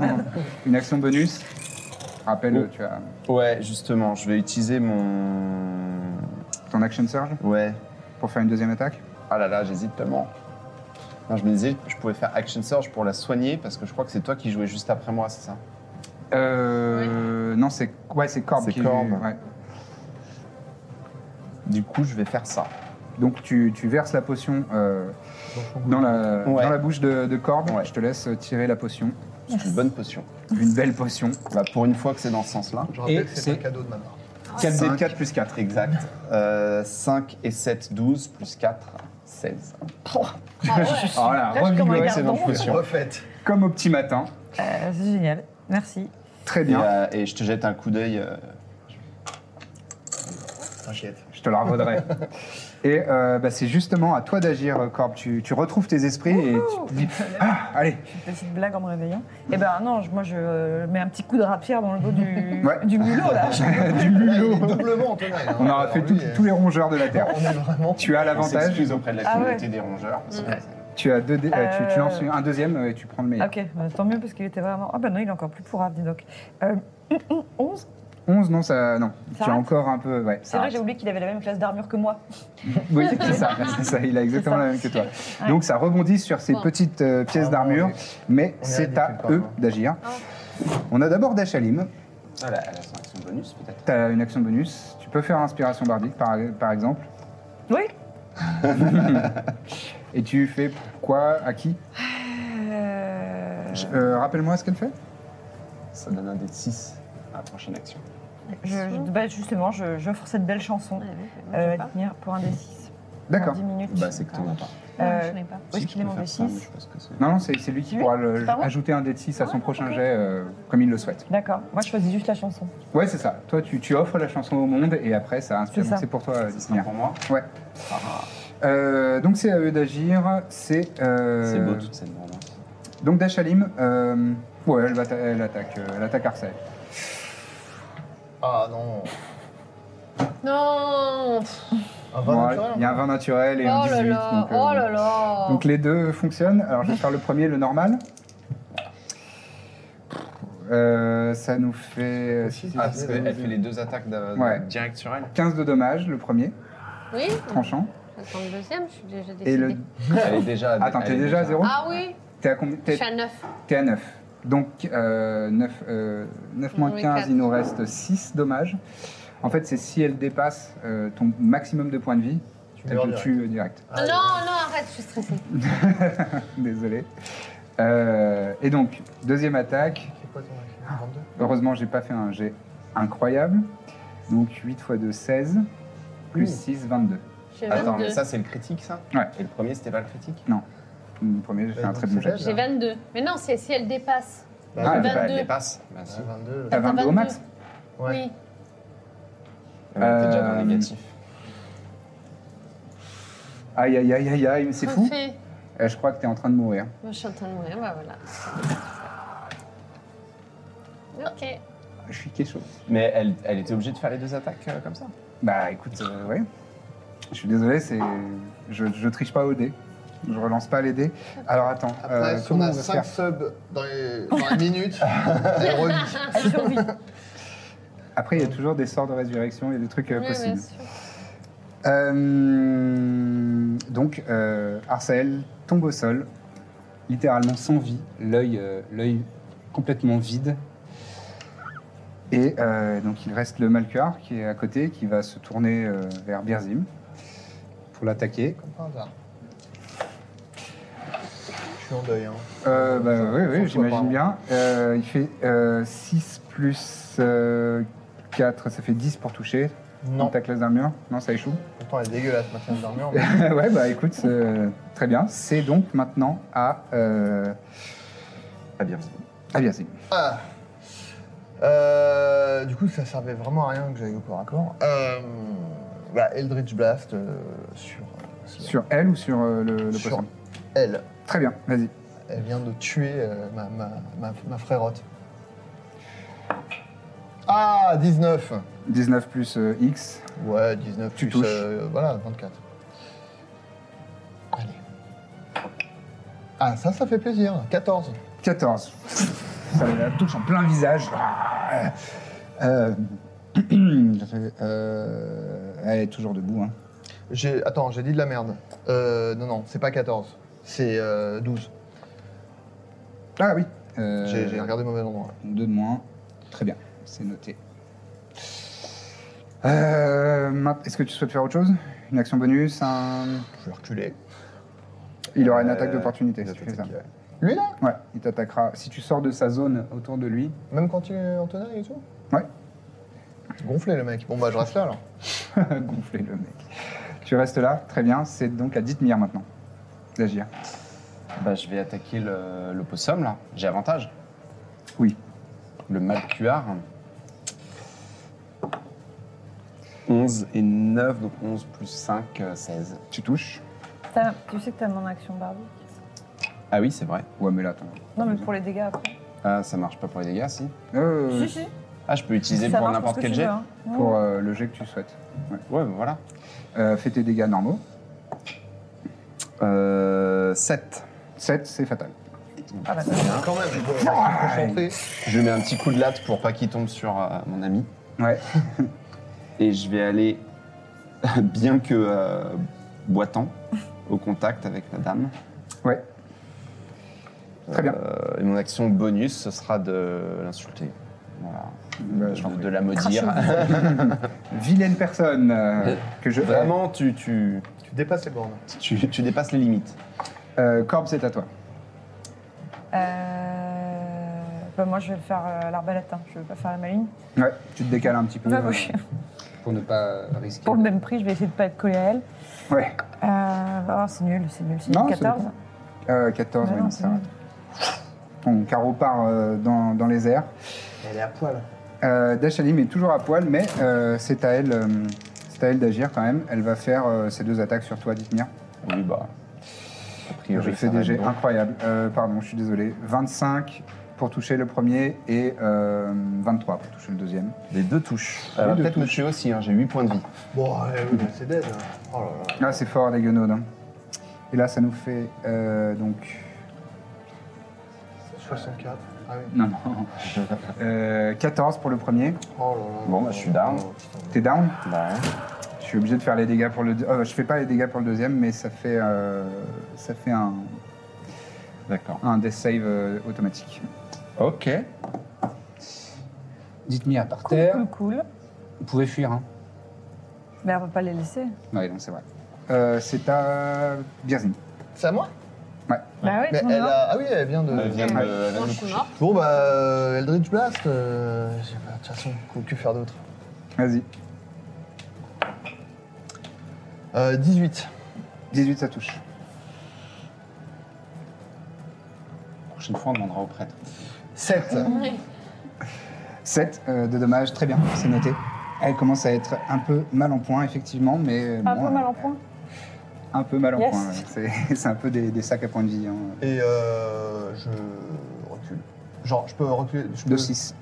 [SPEAKER 2] une action bonus Rappelle, tu as
[SPEAKER 3] Ouais, justement, je vais utiliser mon...
[SPEAKER 2] ton action surge
[SPEAKER 3] Ouais.
[SPEAKER 2] pour faire une deuxième attaque
[SPEAKER 3] Ah là là, j'hésite tellement. Non, je me disais, je pouvais faire Action Surge pour la soigner, parce que je crois que c'est toi qui jouais juste après moi, c'est ça
[SPEAKER 2] Euh. Non, c'est. Ouais, c'est Corbe
[SPEAKER 3] C'est
[SPEAKER 2] qui.
[SPEAKER 3] Corbe.
[SPEAKER 2] ouais.
[SPEAKER 3] Du coup, je vais faire ça.
[SPEAKER 2] Donc tu, tu verses la potion euh, dans, la,
[SPEAKER 3] Ouais.
[SPEAKER 2] dans la bouche de, de Corbe.
[SPEAKER 3] Ouais.
[SPEAKER 2] Je te laisse tirer la potion.
[SPEAKER 3] C'est une bonne potion.
[SPEAKER 2] Une belle potion.
[SPEAKER 3] Bah, pour une fois que c'est dans ce sens-là.
[SPEAKER 7] Je rappelle
[SPEAKER 2] Et
[SPEAKER 7] que c'est
[SPEAKER 2] c'est-
[SPEAKER 7] un cadeau de ma part.
[SPEAKER 2] 4
[SPEAKER 3] Cinq.
[SPEAKER 2] 4 plus 4.
[SPEAKER 3] Exact. Euh, 5 et 7, 12, plus 4, 16.
[SPEAKER 6] Ah,
[SPEAKER 2] Oh là,
[SPEAKER 6] Là, je commence à
[SPEAKER 2] revigoré,
[SPEAKER 6] faire
[SPEAKER 2] c'est bon.
[SPEAKER 6] drôle.
[SPEAKER 7] Refaite.
[SPEAKER 2] Comme au petit matin.
[SPEAKER 5] Euh, c'est génial. Merci.
[SPEAKER 2] Très
[SPEAKER 3] Et,
[SPEAKER 2] bien.
[SPEAKER 3] euh, et je te jette un coup d'œil. euh,
[SPEAKER 7] T'inquiète.
[SPEAKER 2] Je te la revaudrai. et euh, bah, c'est justement à toi d'agir, Corbe. Tu, tu retrouves tes esprits et tu te dis Ah, allez,
[SPEAKER 5] Une petite blague en me réveillant. Eh ben non, je- moi je euh, mets un petit coup de rapière dans le dos du,
[SPEAKER 2] Ouais.
[SPEAKER 5] du mulot là.
[SPEAKER 2] du
[SPEAKER 7] Là, il est
[SPEAKER 2] mulot.
[SPEAKER 7] doublement en tenaille. hein.
[SPEAKER 2] On aura
[SPEAKER 7] Alors
[SPEAKER 2] fait
[SPEAKER 7] lui,
[SPEAKER 2] tout-
[SPEAKER 7] euh,
[SPEAKER 2] tous les rongeurs de la Terre.
[SPEAKER 7] On est vraiment.
[SPEAKER 2] Tu as
[SPEAKER 3] on
[SPEAKER 2] l'avantage.
[SPEAKER 3] s'excuse auprès de la
[SPEAKER 5] Ah
[SPEAKER 3] communauté
[SPEAKER 5] ouais.
[SPEAKER 3] des rongeurs. parce que
[SPEAKER 2] Tu, as deux dés- euh, tu, tu
[SPEAKER 5] Euh.
[SPEAKER 2] lances un deuxième et tu prends le meilleur.
[SPEAKER 5] ok, bah, tant mieux parce qu'il était vraiment. Ah ben non, il est encore plus pourrave, dis donc. Euh, 11
[SPEAKER 2] 11, non, ça. Non.
[SPEAKER 5] Ça
[SPEAKER 2] tu as
[SPEAKER 5] rate
[SPEAKER 2] encore un peu. Ouais,
[SPEAKER 5] C'est
[SPEAKER 2] ça
[SPEAKER 5] vrai,
[SPEAKER 2] rate.
[SPEAKER 5] j'ai oublié qu'il avait la même classe d'armure que moi.
[SPEAKER 2] Oui, c'est ça, c'est ça, il a exactement
[SPEAKER 5] ça.
[SPEAKER 2] la même que toi. Donc ça rebondit sur ces
[SPEAKER 6] Bon.
[SPEAKER 2] petites euh, pièces
[SPEAKER 7] Ah,
[SPEAKER 2] d'armure,
[SPEAKER 7] on est-
[SPEAKER 2] mais
[SPEAKER 7] on est
[SPEAKER 2] c'est
[SPEAKER 7] ridicule
[SPEAKER 2] à
[SPEAKER 7] quand
[SPEAKER 2] eux
[SPEAKER 7] même.
[SPEAKER 2] d'agir. On a d'abord Dachalim,
[SPEAKER 3] c'est- Ah, là, elle a son action bonus, peut-être.
[SPEAKER 2] tu as une action bonus, tu peux faire inspiration bardique par, par exemple,
[SPEAKER 5] Oui
[SPEAKER 2] et tu fais quoi, à qui
[SPEAKER 5] Euh,
[SPEAKER 2] Je- euh, Rappelle-moi ce qu'elle fait
[SPEAKER 3] Ça donne un dé de 6 à la prochaine action.
[SPEAKER 5] je- je- bah, justement, je- j'offre cette belle chanson euh, à tenir pour un des 6.
[SPEAKER 2] D'accord.
[SPEAKER 5] 10 minutes.
[SPEAKER 3] Bah, c'est que t'en as pas.
[SPEAKER 5] Euh,
[SPEAKER 6] n'ai pas.
[SPEAKER 5] Où est-ce
[SPEAKER 3] Si, je
[SPEAKER 5] qu'il est
[SPEAKER 3] peux
[SPEAKER 5] mon
[SPEAKER 3] faire
[SPEAKER 5] d
[SPEAKER 3] ça, mais
[SPEAKER 5] 6
[SPEAKER 3] je pense que c'est-
[SPEAKER 2] Non, non, c'est c'est lui qui
[SPEAKER 5] Lui
[SPEAKER 2] pourra le-
[SPEAKER 5] Pardon
[SPEAKER 2] ajouter un dé de 6 à son prochain jet, euh, comme il le souhaite.
[SPEAKER 5] D'accord, moi je choisis juste la chanson.
[SPEAKER 2] Ouais, c'est ça. Toi, tu, tu offres la chanson au monde, et après, ça inspire.
[SPEAKER 5] C'est
[SPEAKER 2] Donc,
[SPEAKER 5] ça.
[SPEAKER 2] C'est pour toi,
[SPEAKER 3] Ça
[SPEAKER 2] Disney.
[SPEAKER 3] sera pour moi.
[SPEAKER 2] Ouais. Euh, donc c'est à eux d'agir. C'est. euh,
[SPEAKER 3] C'est beau toute cette hein. bromance.
[SPEAKER 2] Donc Dachalim, euh, ouais, elle, va ta- elle attaque, euh, elle attaque Arcel.
[SPEAKER 7] Ah non.
[SPEAKER 6] Non pff,
[SPEAKER 7] Un
[SPEAKER 2] Bon,
[SPEAKER 7] vin
[SPEAKER 2] il y
[SPEAKER 7] naturel. hein.
[SPEAKER 2] a un 20 naturel
[SPEAKER 6] Oh
[SPEAKER 2] et un 18.
[SPEAKER 6] là là
[SPEAKER 2] donc, euh,
[SPEAKER 6] Oh là là
[SPEAKER 2] donc les deux fonctionnent. Alors je vais faire le premier, le normal. Euh, ça nous fait euh,
[SPEAKER 3] Ah, parce qu'elle fait les deux attaques d'a-
[SPEAKER 2] Ouais.
[SPEAKER 3] direct sur elle.
[SPEAKER 2] 15 de dommages, le premier,
[SPEAKER 6] Oui
[SPEAKER 2] tranchant.
[SPEAKER 6] J'attends le deuxième, je suis déjà décidée.
[SPEAKER 2] Et le...
[SPEAKER 3] Elle est déjà.
[SPEAKER 2] Attends,
[SPEAKER 3] elle
[SPEAKER 2] t'es
[SPEAKER 3] est
[SPEAKER 2] déjà à 0
[SPEAKER 6] Ah oui
[SPEAKER 2] T'es à, combien-
[SPEAKER 6] Je
[SPEAKER 2] t'es-
[SPEAKER 6] suis à 9.
[SPEAKER 2] t'es à 9. Donc euh, 9, moins
[SPEAKER 6] Oui,
[SPEAKER 2] 15,
[SPEAKER 6] quatre.
[SPEAKER 2] il nous reste 6 dommages. En fait, c'est si elle dépasse euh, ton maximum de points de vie,
[SPEAKER 7] Tu
[SPEAKER 2] elle
[SPEAKER 7] meurs
[SPEAKER 2] te
[SPEAKER 7] direct.
[SPEAKER 2] tue euh, direct.
[SPEAKER 7] Ah,
[SPEAKER 6] non, non, arrête, je suis stressée.
[SPEAKER 2] Désolé. Euh, et donc, deuxième attaque.
[SPEAKER 7] C'est quoi ton action 22
[SPEAKER 2] Heureusement, j'ai pas fait un jet incroyable. Donc 8 x 2, 16. Plus 6, 22.
[SPEAKER 6] J'ai
[SPEAKER 3] Attends, mais
[SPEAKER 6] 22.
[SPEAKER 3] ça, c'est le critique, ça
[SPEAKER 2] Ouais.
[SPEAKER 3] Et le premier, c'était pas le critique
[SPEAKER 2] Le premier, j'ai fait
[SPEAKER 7] Bah,
[SPEAKER 2] un
[SPEAKER 7] donc
[SPEAKER 2] très bon
[SPEAKER 7] c'est
[SPEAKER 2] jet.
[SPEAKER 7] elle.
[SPEAKER 6] J'ai 22. Mais non, c'est si elle dépasse.
[SPEAKER 7] Bah,
[SPEAKER 2] Ah,
[SPEAKER 3] Ah,
[SPEAKER 7] ouais.
[SPEAKER 3] bah, elle
[SPEAKER 6] 22.
[SPEAKER 3] dépasse. Bah, si.
[SPEAKER 7] Ah, 22.
[SPEAKER 2] Ah, 22 au max
[SPEAKER 7] Ouais.
[SPEAKER 6] Oui.
[SPEAKER 3] Elle était déjà dans
[SPEAKER 2] Euh,
[SPEAKER 3] le négatif.
[SPEAKER 2] Aïe, aïe, aïe, aïe, aïe, mais c'est fou.
[SPEAKER 6] Refais.
[SPEAKER 2] Euh, je crois que t'es en train de mourir.
[SPEAKER 6] Moi, je suis en train de mourir, bah voilà. Ok.
[SPEAKER 2] Je suis quelque chose.
[SPEAKER 3] Mais elle, elle était obligée de faire les deux attaques euh, comme ça
[SPEAKER 2] Bah écoute, euh, ouais. Je suis désolé, c'est. Je, je triche pas aux dés. Je relance pas les dés. Alors attends,
[SPEAKER 7] Après,
[SPEAKER 2] euh,
[SPEAKER 7] si on
[SPEAKER 2] comment on
[SPEAKER 7] a
[SPEAKER 2] va
[SPEAKER 7] 5
[SPEAKER 2] faire
[SPEAKER 7] subs dans, les... dans la minute, elle revit.
[SPEAKER 5] Elle survit.
[SPEAKER 2] Après, il y a toujours des sorts de résurrection, il y a des trucs euh,
[SPEAKER 6] Oui, bien
[SPEAKER 2] possibles.
[SPEAKER 6] sûr.
[SPEAKER 2] Euh, donc, euh, Arsael tombe au sol, littéralement sans vie, l'œil euh, l'œil complètement vide. Et euh, donc, il reste le Malkuar qui est à côté, qui va se tourner euh, vers Birzim pour l'attaquer.
[SPEAKER 7] Comme par hasard. Je suis en deuil. Hein.
[SPEAKER 2] Euh, bah,
[SPEAKER 7] Cent-
[SPEAKER 2] oui, oui,
[SPEAKER 7] cent fois par
[SPEAKER 2] j'imagine
[SPEAKER 7] an.
[SPEAKER 2] bien. Euh, il fait 6 plus 4, ça fait 10 pour toucher. dans
[SPEAKER 7] Non.
[SPEAKER 2] ta classe d'armure Non, ça échoue
[SPEAKER 7] Pourtant, elle est dégueulasse, ma classe d'armure. mais-
[SPEAKER 2] Ouais, bah écoute, euh, très bien. C'est donc maintenant à. Euh,
[SPEAKER 3] Ah bien.
[SPEAKER 2] à Birzim.
[SPEAKER 7] Ah. Euh, du coup, ça servait vraiment à rien que j'aille au corps à corps. Euh, bah, Eldritch Blast euh, sur, sur
[SPEAKER 2] Sur elle ou sur euh, le, le
[SPEAKER 7] Sur-
[SPEAKER 2] poisson
[SPEAKER 7] elle.
[SPEAKER 2] Très bien, vas-y.
[SPEAKER 7] Elle vient de tuer euh, ma, ma, ma, ma frérotte. Ah, 19
[SPEAKER 2] 19 plus euh, X.
[SPEAKER 7] Ouais, 19
[SPEAKER 2] Tu
[SPEAKER 7] plus,
[SPEAKER 2] touches.
[SPEAKER 7] euh, voilà, 24. Allez. Ah, ça, ça fait plaisir. 14.
[SPEAKER 2] 14. Ça la touche en plein visage. Ah, Euh, je fais, euh, elle est toujours debout. Hein.
[SPEAKER 7] J'ai- Attends, j'ai dit de la merde. Euh, non, non, c'est pas 14. C'est euh, 12.
[SPEAKER 2] Ah oui. euh,
[SPEAKER 7] J'ai j'ai regardé mauvais endroit.
[SPEAKER 2] Deux de moins. Très bien, c'est noté. Euh, maintenant, Est-ce que tu souhaites faire autre chose Une action bonus un-
[SPEAKER 7] Je vais reculer.
[SPEAKER 2] Il aura une
[SPEAKER 7] Euh,
[SPEAKER 2] attaque d'opportunité si
[SPEAKER 7] il
[SPEAKER 2] tu fais ça.
[SPEAKER 7] attaque, ouais. Lui, là
[SPEAKER 2] Ouais, il t'attaquera. Si tu sors de sa zone autour de lui.
[SPEAKER 7] Même quand il est en tenaille et tout
[SPEAKER 2] Ouais.
[SPEAKER 7] Gonflé, le mec. Bon, bah, je reste là, alors.
[SPEAKER 2] Gonfler le mec. Tu restes là, très bien. C'est donc à Dithmir maintenant d'agir.
[SPEAKER 3] Bah, je vais attaquer le, le possum, là. J'ai avantage.
[SPEAKER 2] Oui.
[SPEAKER 3] Le mal QR. 11 et 9, donc 11 plus euh, 5, 16.
[SPEAKER 2] Tu touches.
[SPEAKER 5] T'as- Tu sais que t'as mon action barbique.
[SPEAKER 3] Ah oui, c'est vrai.
[SPEAKER 2] Ouais, mais là, attends.
[SPEAKER 5] Non, mais pour les dégâts après.
[SPEAKER 3] Ah, ça marche pas pour les dégâts, si.
[SPEAKER 2] Euh,
[SPEAKER 5] Si, si.
[SPEAKER 3] Ah, je peux utiliser
[SPEAKER 5] Ça
[SPEAKER 3] pour
[SPEAKER 5] marche
[SPEAKER 3] n'importe
[SPEAKER 5] ce que
[SPEAKER 3] quel
[SPEAKER 5] tu
[SPEAKER 3] jet.
[SPEAKER 5] veux, hein. Ouais.
[SPEAKER 2] pour euh, le jet que tu souhaites.
[SPEAKER 3] Ouais, bah, voilà.
[SPEAKER 2] Euh, fais tes dégâts normaux.
[SPEAKER 3] Euh, 7.
[SPEAKER 2] 7, c'est fatal.
[SPEAKER 5] Ah, bah,
[SPEAKER 7] Quand même, je suis concentré.
[SPEAKER 3] Je mets un petit coup de latte pour pas qu'il tombe sur euh, mon ami.
[SPEAKER 2] Ouais.
[SPEAKER 3] Et je vais aller, bien que euh, boitant, au contact avec la dame.
[SPEAKER 2] Ouais. Très bien.
[SPEAKER 3] Euh, et mon action bonus, ce sera de l'insulter. Voilà.
[SPEAKER 2] Bah, je t'en
[SPEAKER 3] de,
[SPEAKER 2] prie.
[SPEAKER 3] de la maudire.
[SPEAKER 2] Vilaine personne euh, que je.
[SPEAKER 3] Vraiment, tu, tu,
[SPEAKER 7] Tu dépasses les bornes.
[SPEAKER 3] tu, tu dépasses les limites.
[SPEAKER 2] Euh, Corbe, c'est à toi.
[SPEAKER 5] euh, bah, moi, je vais le faire euh, à l'arbalète. hein. Je vais pas faire la maligne.
[SPEAKER 2] Ouais. Tu te décales un petit peu. euh,
[SPEAKER 5] Bah, oui.
[SPEAKER 2] Pour ne pas risquer.
[SPEAKER 5] Pour le même prix, je vais essayer de pas être collée à elle.
[SPEAKER 2] Ouais.
[SPEAKER 5] Euh, oh, c'est nul, c'est nul. C'est
[SPEAKER 2] Non,
[SPEAKER 5] nul.
[SPEAKER 2] c'est
[SPEAKER 5] 14.
[SPEAKER 2] Euh, 14,
[SPEAKER 5] Ouais,
[SPEAKER 2] ouais,
[SPEAKER 5] Bah non,
[SPEAKER 2] non,
[SPEAKER 5] c'est
[SPEAKER 2] ça rate. Ton carreau part euh, dans, dans les airs.
[SPEAKER 7] Elle est à poil.
[SPEAKER 2] Euh, Dashalim est toujours à poil, mais euh, c'est à elle, euh, c'est à elle d'agir quand même. Elle va faire euh, ses deux attaques sur toi, Dithmir.
[SPEAKER 3] Oui, bah. A priori,
[SPEAKER 2] Je
[SPEAKER 3] ça
[SPEAKER 2] fais
[SPEAKER 3] va
[SPEAKER 2] des
[SPEAKER 3] être
[SPEAKER 2] jets
[SPEAKER 3] bon.
[SPEAKER 2] incroyables. Euh, pardon, je suis désolé. 25 pour toucher le premier et euh, 23 pour toucher le deuxième.
[SPEAKER 3] Les deux touches. Elle va
[SPEAKER 2] deux
[SPEAKER 3] peut-être me tuer aussi, hein, j'ai 8 points de vie.
[SPEAKER 7] Bon, euh, oui, mais c'est dead. hein. Oh là là.
[SPEAKER 2] Là, Ah, c'est fort, les guenaudes. hein. Et là, ça nous fait euh, donc.
[SPEAKER 7] 64. Ah oui.
[SPEAKER 2] Non, non. Euh, 14 pour le premier.
[SPEAKER 7] Oh là là.
[SPEAKER 3] Bon, bah, je suis down.
[SPEAKER 7] Oh, putain.
[SPEAKER 2] T'es down
[SPEAKER 3] Bah, ouais.
[SPEAKER 2] Je suis obligé de faire les dégâts pour le. deux- oh, je fais pas les dégâts pour le deuxième, mais ça fait euh, ça fait un,
[SPEAKER 3] D'accord.
[SPEAKER 2] un death save euh, automatique.
[SPEAKER 3] Ok.
[SPEAKER 2] Dites-moi à par
[SPEAKER 5] Cool, cool, cool.
[SPEAKER 2] Vous pouvez fuir. Hein.
[SPEAKER 5] Mais on va pas les laisser.
[SPEAKER 2] Oui, non, c'est vrai. Euh, c'est à Birzim.
[SPEAKER 7] C'est à moi
[SPEAKER 5] Bah oui,
[SPEAKER 7] Mais
[SPEAKER 5] tout le
[SPEAKER 7] elle
[SPEAKER 5] monde
[SPEAKER 7] a... Ah oui, elle vient de.
[SPEAKER 3] Elle vient de-
[SPEAKER 6] Ouais.
[SPEAKER 3] elle vient
[SPEAKER 6] Moi,
[SPEAKER 3] de
[SPEAKER 6] je
[SPEAKER 3] me
[SPEAKER 6] suis
[SPEAKER 3] toucher.
[SPEAKER 6] morte.
[SPEAKER 7] Bon, bah, euh, Eldritch Blast. euh, je sais pas, De toute façon, que- que faire d'autre
[SPEAKER 2] Vas-y.
[SPEAKER 7] Euh, 18.
[SPEAKER 2] 18, ça touche.
[SPEAKER 3] La prochaine fois, on demandera au prêtre.
[SPEAKER 7] 7.
[SPEAKER 2] 7 euh, de dommages, très bien, c'est noté. Elle commence à être un peu mal en point, effectivement, mais.
[SPEAKER 5] Un
[SPEAKER 2] bon,
[SPEAKER 5] peu mal
[SPEAKER 2] euh,
[SPEAKER 5] en point.
[SPEAKER 2] Un peu mal en
[SPEAKER 5] Yes.
[SPEAKER 2] point, ouais. c'est, c'est un peu des, des sacs à points de vie. hein.
[SPEAKER 7] Et euh, je recule. Genre, je peux reculer. Je peux...
[SPEAKER 2] De 6.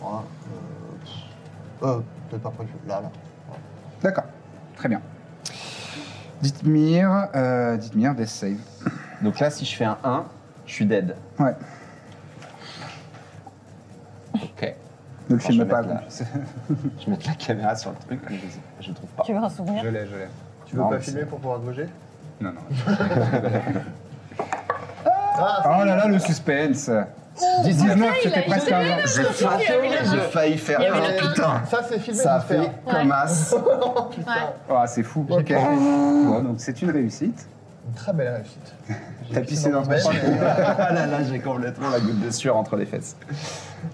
[SPEAKER 7] Voilà, euh, euh, peut-être pas prévu. Là, là.
[SPEAKER 2] D'accord, très bien. Dithmir, euh, Dithmir, death save.
[SPEAKER 3] Donc là, si je fais un 1, je suis dead.
[SPEAKER 2] Ouais,
[SPEAKER 3] Ok.
[SPEAKER 2] ne le
[SPEAKER 3] je
[SPEAKER 2] filme
[SPEAKER 3] vais
[SPEAKER 2] pas.
[SPEAKER 3] mettre la-
[SPEAKER 2] donc.
[SPEAKER 3] Je vais mettre la caméra sur le truc, mais je ne trouve pas.
[SPEAKER 5] Tu veux un souvenir
[SPEAKER 2] Je l'ai, je l'ai.
[SPEAKER 7] Tu veux
[SPEAKER 3] Non,
[SPEAKER 7] pas
[SPEAKER 3] mais
[SPEAKER 7] filmer
[SPEAKER 3] c'est-
[SPEAKER 7] pour pouvoir gauger
[SPEAKER 2] Non, non.
[SPEAKER 7] Ah,
[SPEAKER 2] Oh là là, le suspense
[SPEAKER 5] Oh,
[SPEAKER 2] 19,
[SPEAKER 6] il a
[SPEAKER 2] c'était
[SPEAKER 6] eu
[SPEAKER 2] presque
[SPEAKER 6] le
[SPEAKER 2] un vingt.
[SPEAKER 3] J'ai failli, j'ai failli faire
[SPEAKER 6] Il y avait
[SPEAKER 3] un,
[SPEAKER 6] la main.
[SPEAKER 3] putain.
[SPEAKER 7] Ça, c'est filmé.
[SPEAKER 3] Ça a
[SPEAKER 7] je vais
[SPEAKER 3] fait
[SPEAKER 7] faire. Oh,
[SPEAKER 3] comme as.
[SPEAKER 2] Ah, c'est fou. Ok. Bon, donc c'est une réussite.
[SPEAKER 7] Une très belle réussite. J'ai
[SPEAKER 2] T'as pissé dans
[SPEAKER 7] mon
[SPEAKER 2] ton
[SPEAKER 7] bed,
[SPEAKER 2] sang.
[SPEAKER 7] mais, euh,
[SPEAKER 3] Ah là là, j'ai complètement la goutte de sueur entre les fesses.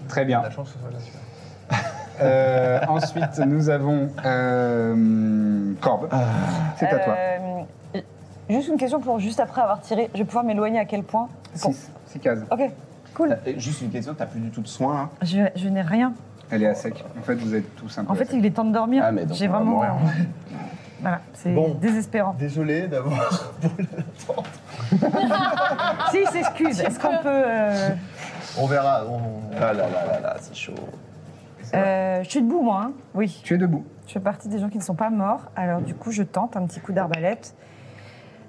[SPEAKER 2] Très bien.
[SPEAKER 7] La chance que ce soit là, celui-là.
[SPEAKER 2] Euh, ensuite, nous avons euh, Corbe. C'est à toi.
[SPEAKER 5] Euh, Juste une question pour juste après avoir tiré, je vais pouvoir m'éloigner à quel point Bon.
[SPEAKER 2] 6 cases.
[SPEAKER 5] Ok, cool.
[SPEAKER 3] Euh, Juste une question, t'as plus du tout de hein. soins là
[SPEAKER 5] Je, je n'ai rien.
[SPEAKER 2] Elle est à sec. En fait, vous êtes tous un peu.
[SPEAKER 5] En
[SPEAKER 2] à
[SPEAKER 5] fait,
[SPEAKER 2] sec.
[SPEAKER 5] il est temps de dormir.
[SPEAKER 3] Ah, mais donc
[SPEAKER 5] J'ai
[SPEAKER 3] on va
[SPEAKER 5] vraiment.
[SPEAKER 3] mourir.
[SPEAKER 5] Voilà, c'est
[SPEAKER 7] Bon.
[SPEAKER 5] désespérant.
[SPEAKER 7] Désolé d'avoir brûlé la tente.
[SPEAKER 5] si, il s'excuse. Est-ce qu'on peut. euh,
[SPEAKER 7] On verra. on-
[SPEAKER 3] Ah là là là là, c'est chaud.
[SPEAKER 5] euh, je suis debout, moi. hein. Oui.
[SPEAKER 2] Tu es debout.
[SPEAKER 5] Je fais partie des gens qui ne sont pas morts. Alors, du coup, je tente un petit coup d'arbalète.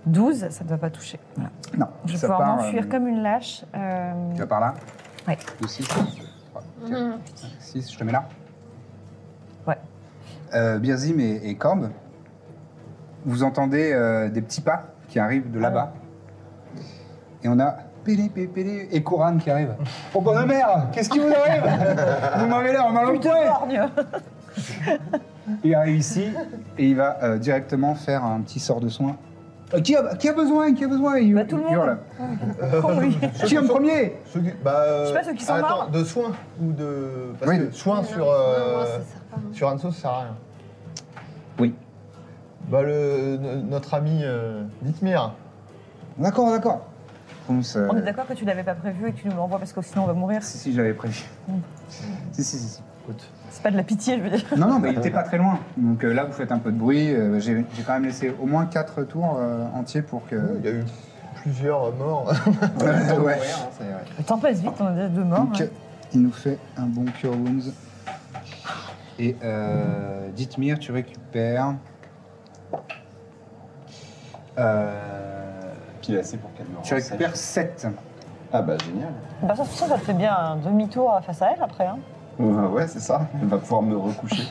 [SPEAKER 5] 12, ça ne doit pas toucher. Voilà.
[SPEAKER 2] Non.
[SPEAKER 5] Je vais
[SPEAKER 2] ça
[SPEAKER 5] pouvoir
[SPEAKER 2] part,
[SPEAKER 5] m'enfuir
[SPEAKER 2] euh,
[SPEAKER 5] comme une lâche. euh,
[SPEAKER 2] Tu vas par là
[SPEAKER 5] Ouais.
[SPEAKER 2] 2, 6, 3, 4, 6, je te mets là.
[SPEAKER 5] Ouais.
[SPEAKER 2] Euh, Birzim et, et Corbe, vous entendez euh, des petits pas qui arrivent de là-bas. Et on a Pélé, Pélé, Pélé et Kouran qui arrive. Oh bonne mère, qu'est-ce qui vous arrive Vous m'avez l'air mal au point
[SPEAKER 5] Borgne.
[SPEAKER 2] Il arrive ici et il va euh, directement faire un petit sort de soin. Euh, qui, a, qui a besoin Qui a besoin Il
[SPEAKER 5] Bah, tout le
[SPEAKER 2] il
[SPEAKER 5] monde.
[SPEAKER 2] hurle.
[SPEAKER 5] Con, lui.
[SPEAKER 2] Qui est en premier
[SPEAKER 7] Ceux qui- bah, euh,
[SPEAKER 5] Je sais pas, ceux qui sont
[SPEAKER 7] attends,
[SPEAKER 5] morts.
[SPEAKER 7] de soins ou de. Parce
[SPEAKER 2] Oui.
[SPEAKER 7] que soins
[SPEAKER 6] Non,
[SPEAKER 7] sur.
[SPEAKER 6] non,
[SPEAKER 7] euh,
[SPEAKER 6] moi, ça sert pas, hein.
[SPEAKER 7] sur Anso, ça sert à rien.
[SPEAKER 2] Oui.
[SPEAKER 7] Bah, le, no- notre ami euh, Dithmir.
[SPEAKER 2] D'accord, d'accord. Ponce, euh,
[SPEAKER 5] On est d'accord que tu l'avais pas prévu et que tu nous l'envoies parce que sinon on va mourir.
[SPEAKER 2] Si, si, j'avais prévu. Si, si, si. si.
[SPEAKER 7] Écoute.
[SPEAKER 5] C'est pas de la pitié, je veux dire.
[SPEAKER 2] Non, non, mais il était pas très loin. Donc euh, là, vous faites un peu de bruit. Euh, J'ai j'ai quand même laissé au moins 4 tours euh, entiers pour que.
[SPEAKER 7] Il y a eu plusieurs morts.
[SPEAKER 2] Ouais.
[SPEAKER 5] Le temps passe vite, on a déjà deux morts.
[SPEAKER 2] Donc,
[SPEAKER 5] hein.
[SPEAKER 2] il nous fait un bon Cure Wounds. Et euh, Dithmir, tu récupères. Euh,
[SPEAKER 3] Pile assez pour qu'elle me
[SPEAKER 2] tu
[SPEAKER 3] renseigne.
[SPEAKER 2] récupères 7.
[SPEAKER 3] Ah bah génial.
[SPEAKER 5] Bah, ça, ça, ça te fait bien un demi-tour face à elle après. Hein.
[SPEAKER 3] Ouais, Euh, ouais, c'est ça. Elle va pouvoir me recoucher.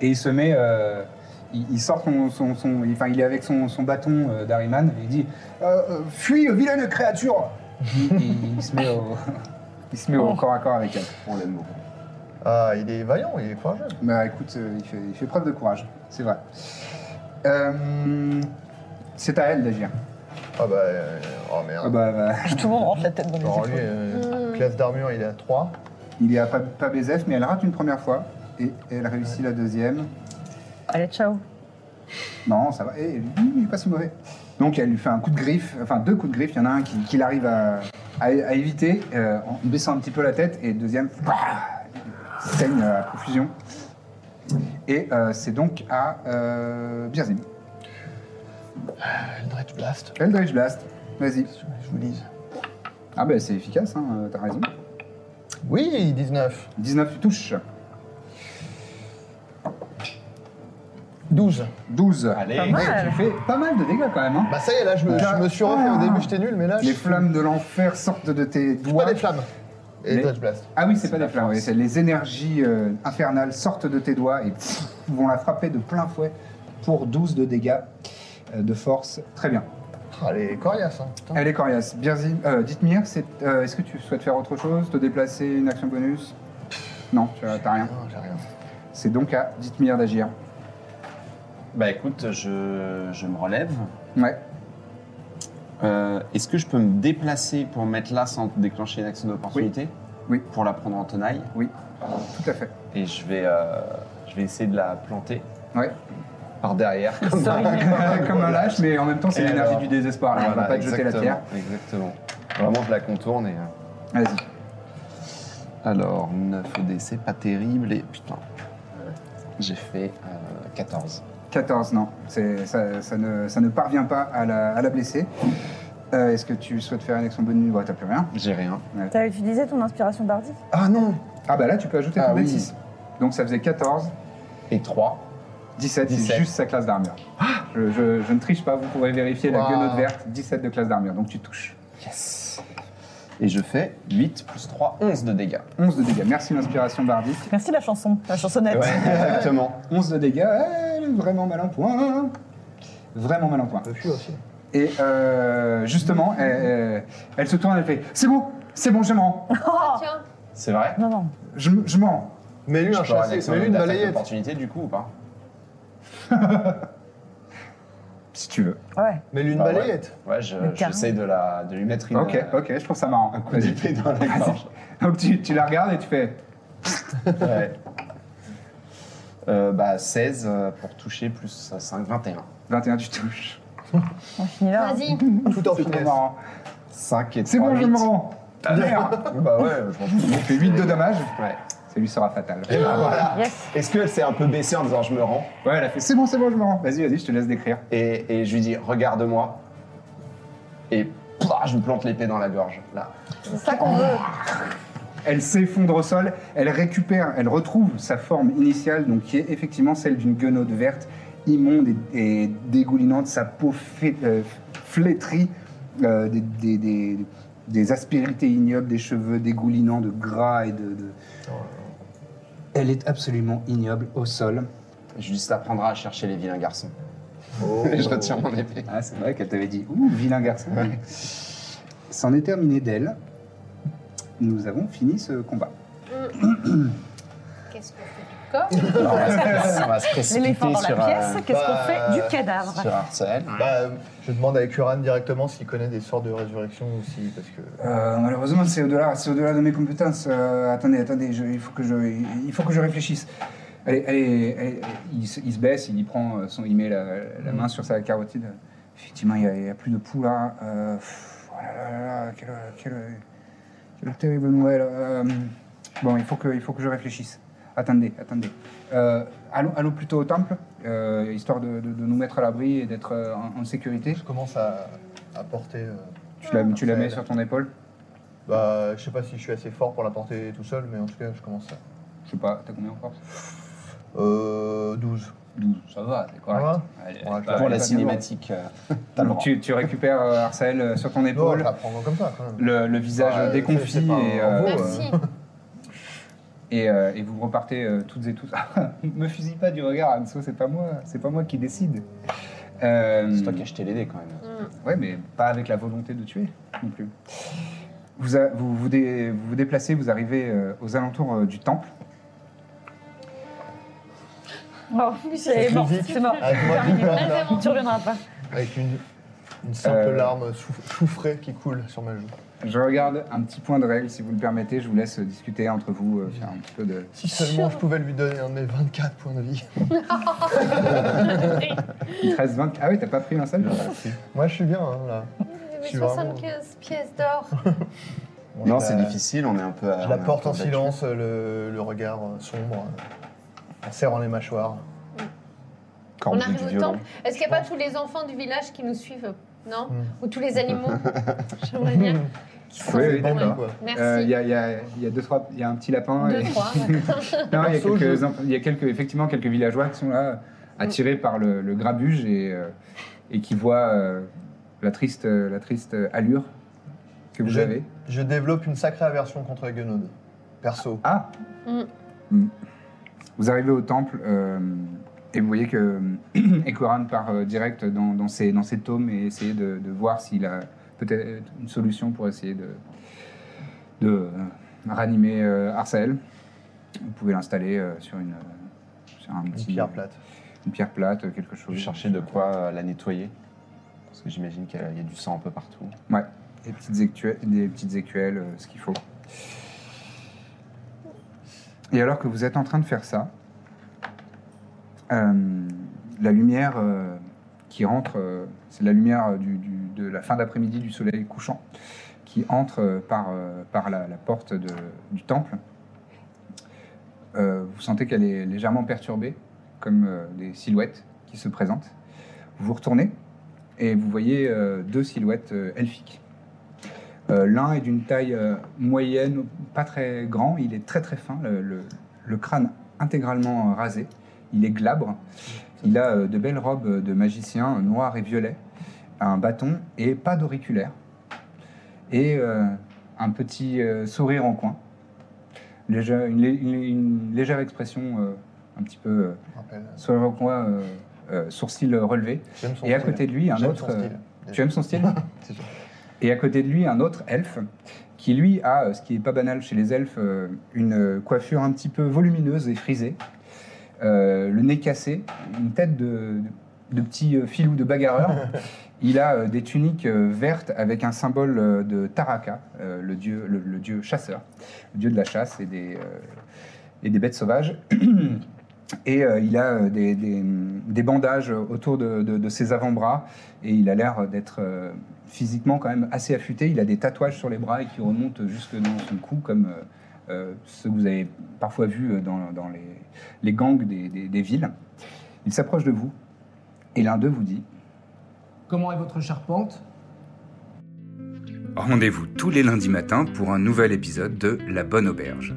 [SPEAKER 2] Et il se met. euh, il, il sort son. son- son- il- enfin, il est avec son, son bâton euh, d'Ariman et il dit Euh, euh, Fuis, vilaine créature il, il- il se met au. Il se met au corps à corps avec elle.
[SPEAKER 3] On l'aime beaucoup.
[SPEAKER 7] Ah, il est vaillant, il est courageux.
[SPEAKER 2] Bah écoute, euh, il, fait, il fait preuve de courage, c'est vrai. Euh, c'est à elle d'agir.
[SPEAKER 7] Ah bah. euh, oh merde.
[SPEAKER 2] Ah bah, bah,
[SPEAKER 5] Tout le monde rentre la tête dans les
[SPEAKER 7] Alors
[SPEAKER 5] épaules.
[SPEAKER 7] lui, euh, classe d'armure, il est à 3.
[SPEAKER 2] il est à pas, pas Bézef, mais elle rate une première fois et elle réussit la deuxième.
[SPEAKER 5] Allez, ciao.
[SPEAKER 2] Non, ça va. Et, et lui, il est pas si mauvais. Donc elle lui fait un coup de griffe, enfin deux coups de griffe. Il y en a un qui, qui l'arrive à, à- à éviter euh, en baissant un petit peu la tête et le deuxième bah, il saigne euh, à profusion. Et euh, c'est donc à euh, Birzim.
[SPEAKER 7] Eldritch Blast.
[SPEAKER 2] Eldritch Blast, vas-y.
[SPEAKER 7] Je vous dis.
[SPEAKER 2] Ah ben c'est efficace, hein, euh, t'as raison.
[SPEAKER 7] Oui, 19.
[SPEAKER 2] 19, tu touches.
[SPEAKER 7] 12.
[SPEAKER 2] 12.
[SPEAKER 5] Pas
[SPEAKER 3] Allez.
[SPEAKER 2] Ouais, tu
[SPEAKER 5] mal.
[SPEAKER 2] fais pas mal de dégâts quand même. Hein.
[SPEAKER 7] Bah ça y est, là, je me, je me suis refait. Au début, j'étais nul, mais là,
[SPEAKER 2] les
[SPEAKER 7] je suis-
[SPEAKER 2] flammes de l'enfer sortent de tes
[SPEAKER 7] je suis
[SPEAKER 2] doigts.
[SPEAKER 7] pas des flammes. Et
[SPEAKER 2] Mais-
[SPEAKER 7] Eldritch Blast.
[SPEAKER 2] Ah oui, c'est pas des flammes, oui, c'est les énergies euh, infernales sortent de tes doigts et pff, vont la frapper de plein fouet pour 12 de dégâts euh, de force. Très bien.
[SPEAKER 7] Ah, elle est coriace, hein. putain.
[SPEAKER 2] Elle est coriace. Birzim, euh, Dithmir, c'est- euh, est-ce que tu souhaites faire autre chose Te déplacer, une action bonus Non, tu as- t'as rien.
[SPEAKER 7] Non, j'ai rien.
[SPEAKER 2] C'est donc à Dithmir d'agir.
[SPEAKER 3] Bah écoute, je, je me relève.
[SPEAKER 2] Ouais.
[SPEAKER 3] Euh, Est-ce que je peux me déplacer pour me mettre là sans déclencher une action d'opportunité
[SPEAKER 2] Oui.
[SPEAKER 3] Pour la prendre en tenaille.
[SPEAKER 2] Oui, tout à fait.
[SPEAKER 3] Et je vais, euh, je vais essayer de la planter
[SPEAKER 2] Ouais.
[SPEAKER 3] par derrière.
[SPEAKER 2] Comme un lâche, mais en même temps, c'est
[SPEAKER 3] Et
[SPEAKER 2] l'énergie
[SPEAKER 3] alors
[SPEAKER 2] du désespoir. Là. On va
[SPEAKER 3] Voilà,
[SPEAKER 2] pas te jeter la
[SPEAKER 3] exactement,
[SPEAKER 2] pierre.
[SPEAKER 3] Exactement. Vraiment, je la contourne et... euh,
[SPEAKER 2] Vas-y.
[SPEAKER 3] Alors, 9 ED, c'est pas terrible et putain. euh, J'ai fait euh, 14.
[SPEAKER 2] 14, non. C'est- Ça, ça ne, ça ne parvient pas à la, à la blesser. Euh, Est-ce que tu souhaites faire une action bonus Ouais, t'as plus rien.
[SPEAKER 3] J'ai rien.
[SPEAKER 5] T'as utilisé ton inspiration bardique
[SPEAKER 3] Ah non
[SPEAKER 2] Ah bah là, tu peux ajouter
[SPEAKER 3] Ah
[SPEAKER 2] ton
[SPEAKER 3] oui.
[SPEAKER 2] D6. Donc ça faisait 14,
[SPEAKER 3] Et 3.
[SPEAKER 2] 17,
[SPEAKER 3] 17.
[SPEAKER 2] c'est juste sa classe d'armure. Je, je- je ne triche pas, vous pourrez vérifier la
[SPEAKER 7] Wow.
[SPEAKER 2] gueulotte verte, 17 de classe d'armure, donc tu touches.
[SPEAKER 3] Yes Et je fais 8 plus 3, 11 de dégâts.
[SPEAKER 2] 11 de dégâts, merci l'inspiration bardique.
[SPEAKER 5] Merci la chanson, la chansonnette.
[SPEAKER 3] exactement.
[SPEAKER 2] 11 de dégâts, elle est vraiment mal en point. Vraiment mal en point.
[SPEAKER 7] Je suis aussi.
[SPEAKER 2] Et euh, justement, elle, elle- elle se tourne, elle fait « C'est bon, c'est bon, je me rends,
[SPEAKER 6] Ah, tiens.
[SPEAKER 3] C'est vrai
[SPEAKER 5] Non, non.
[SPEAKER 2] je, me- je me rends.
[SPEAKER 7] Mais lui,
[SPEAKER 3] Je
[SPEAKER 7] un
[SPEAKER 3] peux avoir une
[SPEAKER 7] chassé,
[SPEAKER 3] action
[SPEAKER 7] mais lui, une
[SPEAKER 3] d'attaque
[SPEAKER 7] balayette.
[SPEAKER 3] d'opportunité du coup ou pas »
[SPEAKER 2] Si tu veux.
[SPEAKER 5] Ouais.
[SPEAKER 7] Mais lui, une
[SPEAKER 3] Bah ouais.
[SPEAKER 7] balayette.
[SPEAKER 3] Ouais, je-
[SPEAKER 5] Mais carrément.
[SPEAKER 3] j'essaie de, la- de lui mettre une,
[SPEAKER 2] Ok,
[SPEAKER 3] euh,
[SPEAKER 2] ok, je trouve ça marrant.
[SPEAKER 3] un coup
[SPEAKER 2] Vas-y.
[SPEAKER 3] d'épée dans la
[SPEAKER 2] Vas-y.
[SPEAKER 3] gorge.
[SPEAKER 2] Donc tu, tu la regardes et tu fais
[SPEAKER 3] Ouais. Euh, bah, 16 euh, pour toucher, plus euh, 5, 21.
[SPEAKER 4] 21, tu touches.
[SPEAKER 5] On finit là. hein.
[SPEAKER 6] Vas-y.
[SPEAKER 7] Tout en
[SPEAKER 4] C'est trop
[SPEAKER 7] finesse.
[SPEAKER 4] marrant.
[SPEAKER 3] 5 et 3,
[SPEAKER 4] C'est bon, je
[SPEAKER 3] 8.
[SPEAKER 4] me rends. Merde
[SPEAKER 7] Bah ouais, je m'en fous.
[SPEAKER 4] On fait 8 de dommages.
[SPEAKER 3] Ouais.
[SPEAKER 4] Ça lui sera fatal.
[SPEAKER 3] Et bah, voilà.
[SPEAKER 5] Yes.
[SPEAKER 3] Est-ce qu'elle s'est un peu baissée en disant je me rends
[SPEAKER 4] Ouais, elle a fait c'est bon, c'est bon, je me rends. Vas-y, vas-y, je te laisse décrire.
[SPEAKER 3] et, et je lui dis regarde-moi. Et plah, je me plante l'épée dans la gorge. Là.
[SPEAKER 5] C'est ça qu'on veut.
[SPEAKER 4] Elle s'effondre au sol, elle récupère, elle retrouve sa forme initiale, donc qui est effectivement celle d'une guenaude verte, immonde et, et dégoulinante, sa peau fé- euh, flétrie, euh, des, des- des- des aspérités ignobles, des cheveux dégoulinants de gras et de. de- Elle est absolument ignoble au sol.
[SPEAKER 3] Je lui dis ça t'apprendra à chercher les vilains garçons.
[SPEAKER 7] Oh.
[SPEAKER 3] Et je retire mon épée.
[SPEAKER 4] Ah, c'est vrai qu'elle t'avait dit Ouh, vilain garçon. C'en est terminé d'elle. Nous avons fini ce combat.
[SPEAKER 6] Qu'est-ce qu'on fait du corps
[SPEAKER 3] On va se- on va se précipiter
[SPEAKER 5] L'éléphant dans la
[SPEAKER 3] sur, euh,
[SPEAKER 5] pièce, qu'est-ce qu'on
[SPEAKER 7] bah,
[SPEAKER 5] fait du cadavre
[SPEAKER 3] sur Arcel.
[SPEAKER 7] Bah, euh, je demande à Kuran directement s'il connaît des sorts de résurrection aussi, parce que.
[SPEAKER 4] Euh, malheureusement, c'est au-delà, c'est au-delà de mes compétences. Euh, attendez, attendez, je- il faut que je, il faut que je réfléchisse. Allez, allez, allez, il, se, il se baisse, il y prend euh, son, il met la, la main sur sa carotide. Effectivement, il n'y a, plus de pouls là. Euh, pff, oh là là là là, quelle, quelle- quelle terrible nouvelle. Euh, bon, il faut que, il faut que je réfléchisse. Attendez, attendez. Euh, allons, allons plutôt au temple, euh, histoire de, de- de nous mettre à l'abri et d'être euh, en, en sécurité.
[SPEAKER 7] Je commence à, à porter. euh,
[SPEAKER 4] Tu la, tu la mets sur ton épaule.
[SPEAKER 7] Bah, je sais pas si je suis assez fort pour la porter tout seul, mais en tout cas, je commence à.
[SPEAKER 4] Je sais pas, t'as combien encore
[SPEAKER 7] Euh. 12.
[SPEAKER 4] 12, ça va, c'est correct. bah,
[SPEAKER 7] Ouais.
[SPEAKER 4] Elle- elle- elle-
[SPEAKER 7] Ouais, je la-
[SPEAKER 4] elle-
[SPEAKER 3] Pour
[SPEAKER 4] elle-
[SPEAKER 3] la
[SPEAKER 4] elle-
[SPEAKER 3] cinématique, euh, t'as le
[SPEAKER 4] Donc
[SPEAKER 3] droit.
[SPEAKER 4] tu, tu récupères euh, Arcel euh, sur ton
[SPEAKER 7] Non,
[SPEAKER 4] épaule,
[SPEAKER 7] je Oh, la prends comme ça quand même.
[SPEAKER 4] le, le visage
[SPEAKER 7] Ouais, c'est-
[SPEAKER 4] déconfit
[SPEAKER 7] c'est pas
[SPEAKER 4] et,
[SPEAKER 7] un
[SPEAKER 4] euh,
[SPEAKER 7] beau,
[SPEAKER 6] Merci.
[SPEAKER 4] et, euh, et vous repartez euh, toutes et tous. Me fusille pas du regard, Anso, c'est pas moi, c'est pas moi qui décide. Euh,
[SPEAKER 7] Hmm.
[SPEAKER 3] C'est toi qui as jeté les dés quand même.
[SPEAKER 4] Ouais, mais pas avec la volonté de tuer non plus. Vous a- vous, vous, dé- vous vous déplacez, vous arrivez euh, aux alentours euh, du temple.
[SPEAKER 5] Oh, Michel est mort.
[SPEAKER 7] physique.
[SPEAKER 5] C'est mort.
[SPEAKER 7] Avec moi,
[SPEAKER 5] Terminé.
[SPEAKER 7] Kuran, là,
[SPEAKER 5] Tu reviendras pas.
[SPEAKER 7] avec une, une simple
[SPEAKER 4] Euh.
[SPEAKER 7] larme souf- soufrée qui coule sur ma joue.
[SPEAKER 4] Je regarde un petit point de règle, si vous le permettez, je vous laisse euh, discuter entre vous, euh, faire un petit peu de...
[SPEAKER 7] Si seulement je pouvais lui donner un de mes 24 points de vie.
[SPEAKER 4] Il te reste 20... Ah oui, t'as pas pris un seul
[SPEAKER 7] Moi, je suis bien hein, là.
[SPEAKER 6] J'avais
[SPEAKER 7] Je suis vraiment-
[SPEAKER 6] 75 pièces d'or.
[SPEAKER 7] Bon,
[SPEAKER 3] Non,
[SPEAKER 7] je
[SPEAKER 3] c'est
[SPEAKER 7] la-
[SPEAKER 3] difficile, on est un
[SPEAKER 4] hein,
[SPEAKER 3] peu à.
[SPEAKER 7] Je
[SPEAKER 3] on
[SPEAKER 7] la
[SPEAKER 3] est un
[SPEAKER 7] porte
[SPEAKER 3] peu
[SPEAKER 7] en
[SPEAKER 3] battu.
[SPEAKER 7] silence, euh, le, le regard euh, sombre, euh, en serrant les mâchoires.
[SPEAKER 6] On
[SPEAKER 3] Corbeau du
[SPEAKER 6] arrive au
[SPEAKER 3] violon.
[SPEAKER 6] temple. Est-ce qu'il n'y a pas tous les enfants du village qui nous suivent Non
[SPEAKER 7] Hmm.
[SPEAKER 6] Ou tous les animaux J'aimerais bien. Qui sont
[SPEAKER 4] Oui, oui,
[SPEAKER 6] sur le
[SPEAKER 4] d'accord.
[SPEAKER 6] chemin.
[SPEAKER 7] quoi.
[SPEAKER 6] Merci.
[SPEAKER 4] Euh, Il y, a, il y a- il y a deux, trois, il y a un petit lapin.
[SPEAKER 6] hein. Deux,
[SPEAKER 4] et-
[SPEAKER 6] trois, d'accord.
[SPEAKER 4] Non, il y a
[SPEAKER 7] Perso,
[SPEAKER 4] quelques,
[SPEAKER 7] je-
[SPEAKER 4] imp- il y a quelques- effectivement quelques villageois qui sont là, attirés par le, le grabuge et, euh, et qui voient euh, la, triste, euh, la triste allure que vous
[SPEAKER 7] Je-
[SPEAKER 4] avez.
[SPEAKER 7] Je développe une sacrée aversion contre les guenaudes. Perso.
[SPEAKER 4] Ah
[SPEAKER 6] Mm.
[SPEAKER 4] Mm. Vous arrivez au temple euh, et vous voyez que Ekoran part euh, direct dans, dans ses, dans ses tomes et essayer de, de voir s'il a peut-être une solution pour essayer de, de euh, ranimer euh, Arsael. Vous pouvez l'installer euh, sur une, euh, sur un
[SPEAKER 7] Une
[SPEAKER 4] petit-
[SPEAKER 7] pierre plate.
[SPEAKER 4] une pierre plate, euh, quelque
[SPEAKER 3] Je
[SPEAKER 4] chose.
[SPEAKER 3] vais chercher de quoi euh, la nettoyer. Parce que j'imagine qu'il y a il y a du sang un peu partout.
[SPEAKER 4] Ouais, des petites écuelles, des petites écuelles euh, ce qu'il faut. Et alors que vous êtes en train de faire ça, euh, la lumière euh, qui rentre, euh, c'est la lumière du- du- de la fin d'après-midi du soleil couchant, qui entre euh, par, euh, par la, la porte de- du temple. Euh, vous sentez qu'elle est légèrement perturbée, comme euh, des silhouettes qui se présentent. Vous vous retournez et vous voyez euh, deux silhouettes euh, elfiques. Euh, L'un est d'une taille euh, moyenne, pas très grand, il est très très fin, le, le- le crâne intégralement euh, rasé, il est glabre, il a euh, de belles robes de magicien euh, noir et violet, un bâton et pas d'auriculaire, et euh, un petit euh, sourire en coin, Légère- une, lé- une- une légère expression euh, un petit peu euh,
[SPEAKER 7] je rappelle.
[SPEAKER 4] sourire en coin, euh, euh, sourcils relevés,
[SPEAKER 7] J'aime son
[SPEAKER 4] et à
[SPEAKER 7] style.
[SPEAKER 4] côté de lui un
[SPEAKER 7] hein. J'aime
[SPEAKER 4] autre...
[SPEAKER 7] son
[SPEAKER 4] euh,
[SPEAKER 7] style.
[SPEAKER 4] tu aimes son style
[SPEAKER 7] C'est sûr.
[SPEAKER 4] Et à côté de lui, un autre elfe qui, lui, a, euh, ce qui n'est pas banal chez les elfes, euh, une euh, coiffure un petit peu volumineuse et frisée, euh, le nez cassé, une tête de, de petit euh, filou de bagarreur. Il a euh, des tuniques euh, vertes avec un symbole euh, de Taraka, euh, le, dieu, le, le dieu chasseur, le dieu de la chasse et des, euh, et des bêtes sauvages. Et euh, il a euh, des, des- des bandages autour de, de- de ses avant-bras et il a l'air d'être euh, physiquement quand même assez affûté. Il a des tatouages sur les bras et qui remontent jusque dans son cou, comme euh, euh, ceux que vous avez parfois vus euh, dans, dans les, les gangs des, des- des villes. Il s'approche de vous et l'un d'eux vous dit
[SPEAKER 9] Comment est votre charpente
[SPEAKER 4] Rendez-vous tous les lundis matins pour un nouvel épisode de La Bonne Auberge.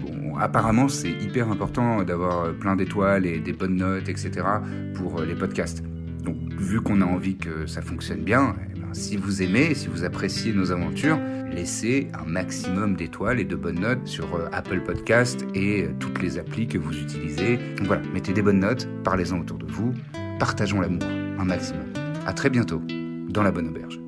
[SPEAKER 4] Bon, apparemment, c'est hyper important d'avoir euh, plein d'étoiles et des bonnes notes, etc. pour euh, les podcasts. Donc, vu qu'on a envie que ça fonctionne bien, eh ben, si vous aimez, si vous appréciez nos aventures, laissez un maximum d'étoiles et de bonnes notes sur euh, Apple Podcast et euh, toutes les applis que vous utilisez. Donc voilà, mettez des bonnes notes, parlez-en autour de vous, partageons l'amour un maximum. À très bientôt dans La Bonne Auberge.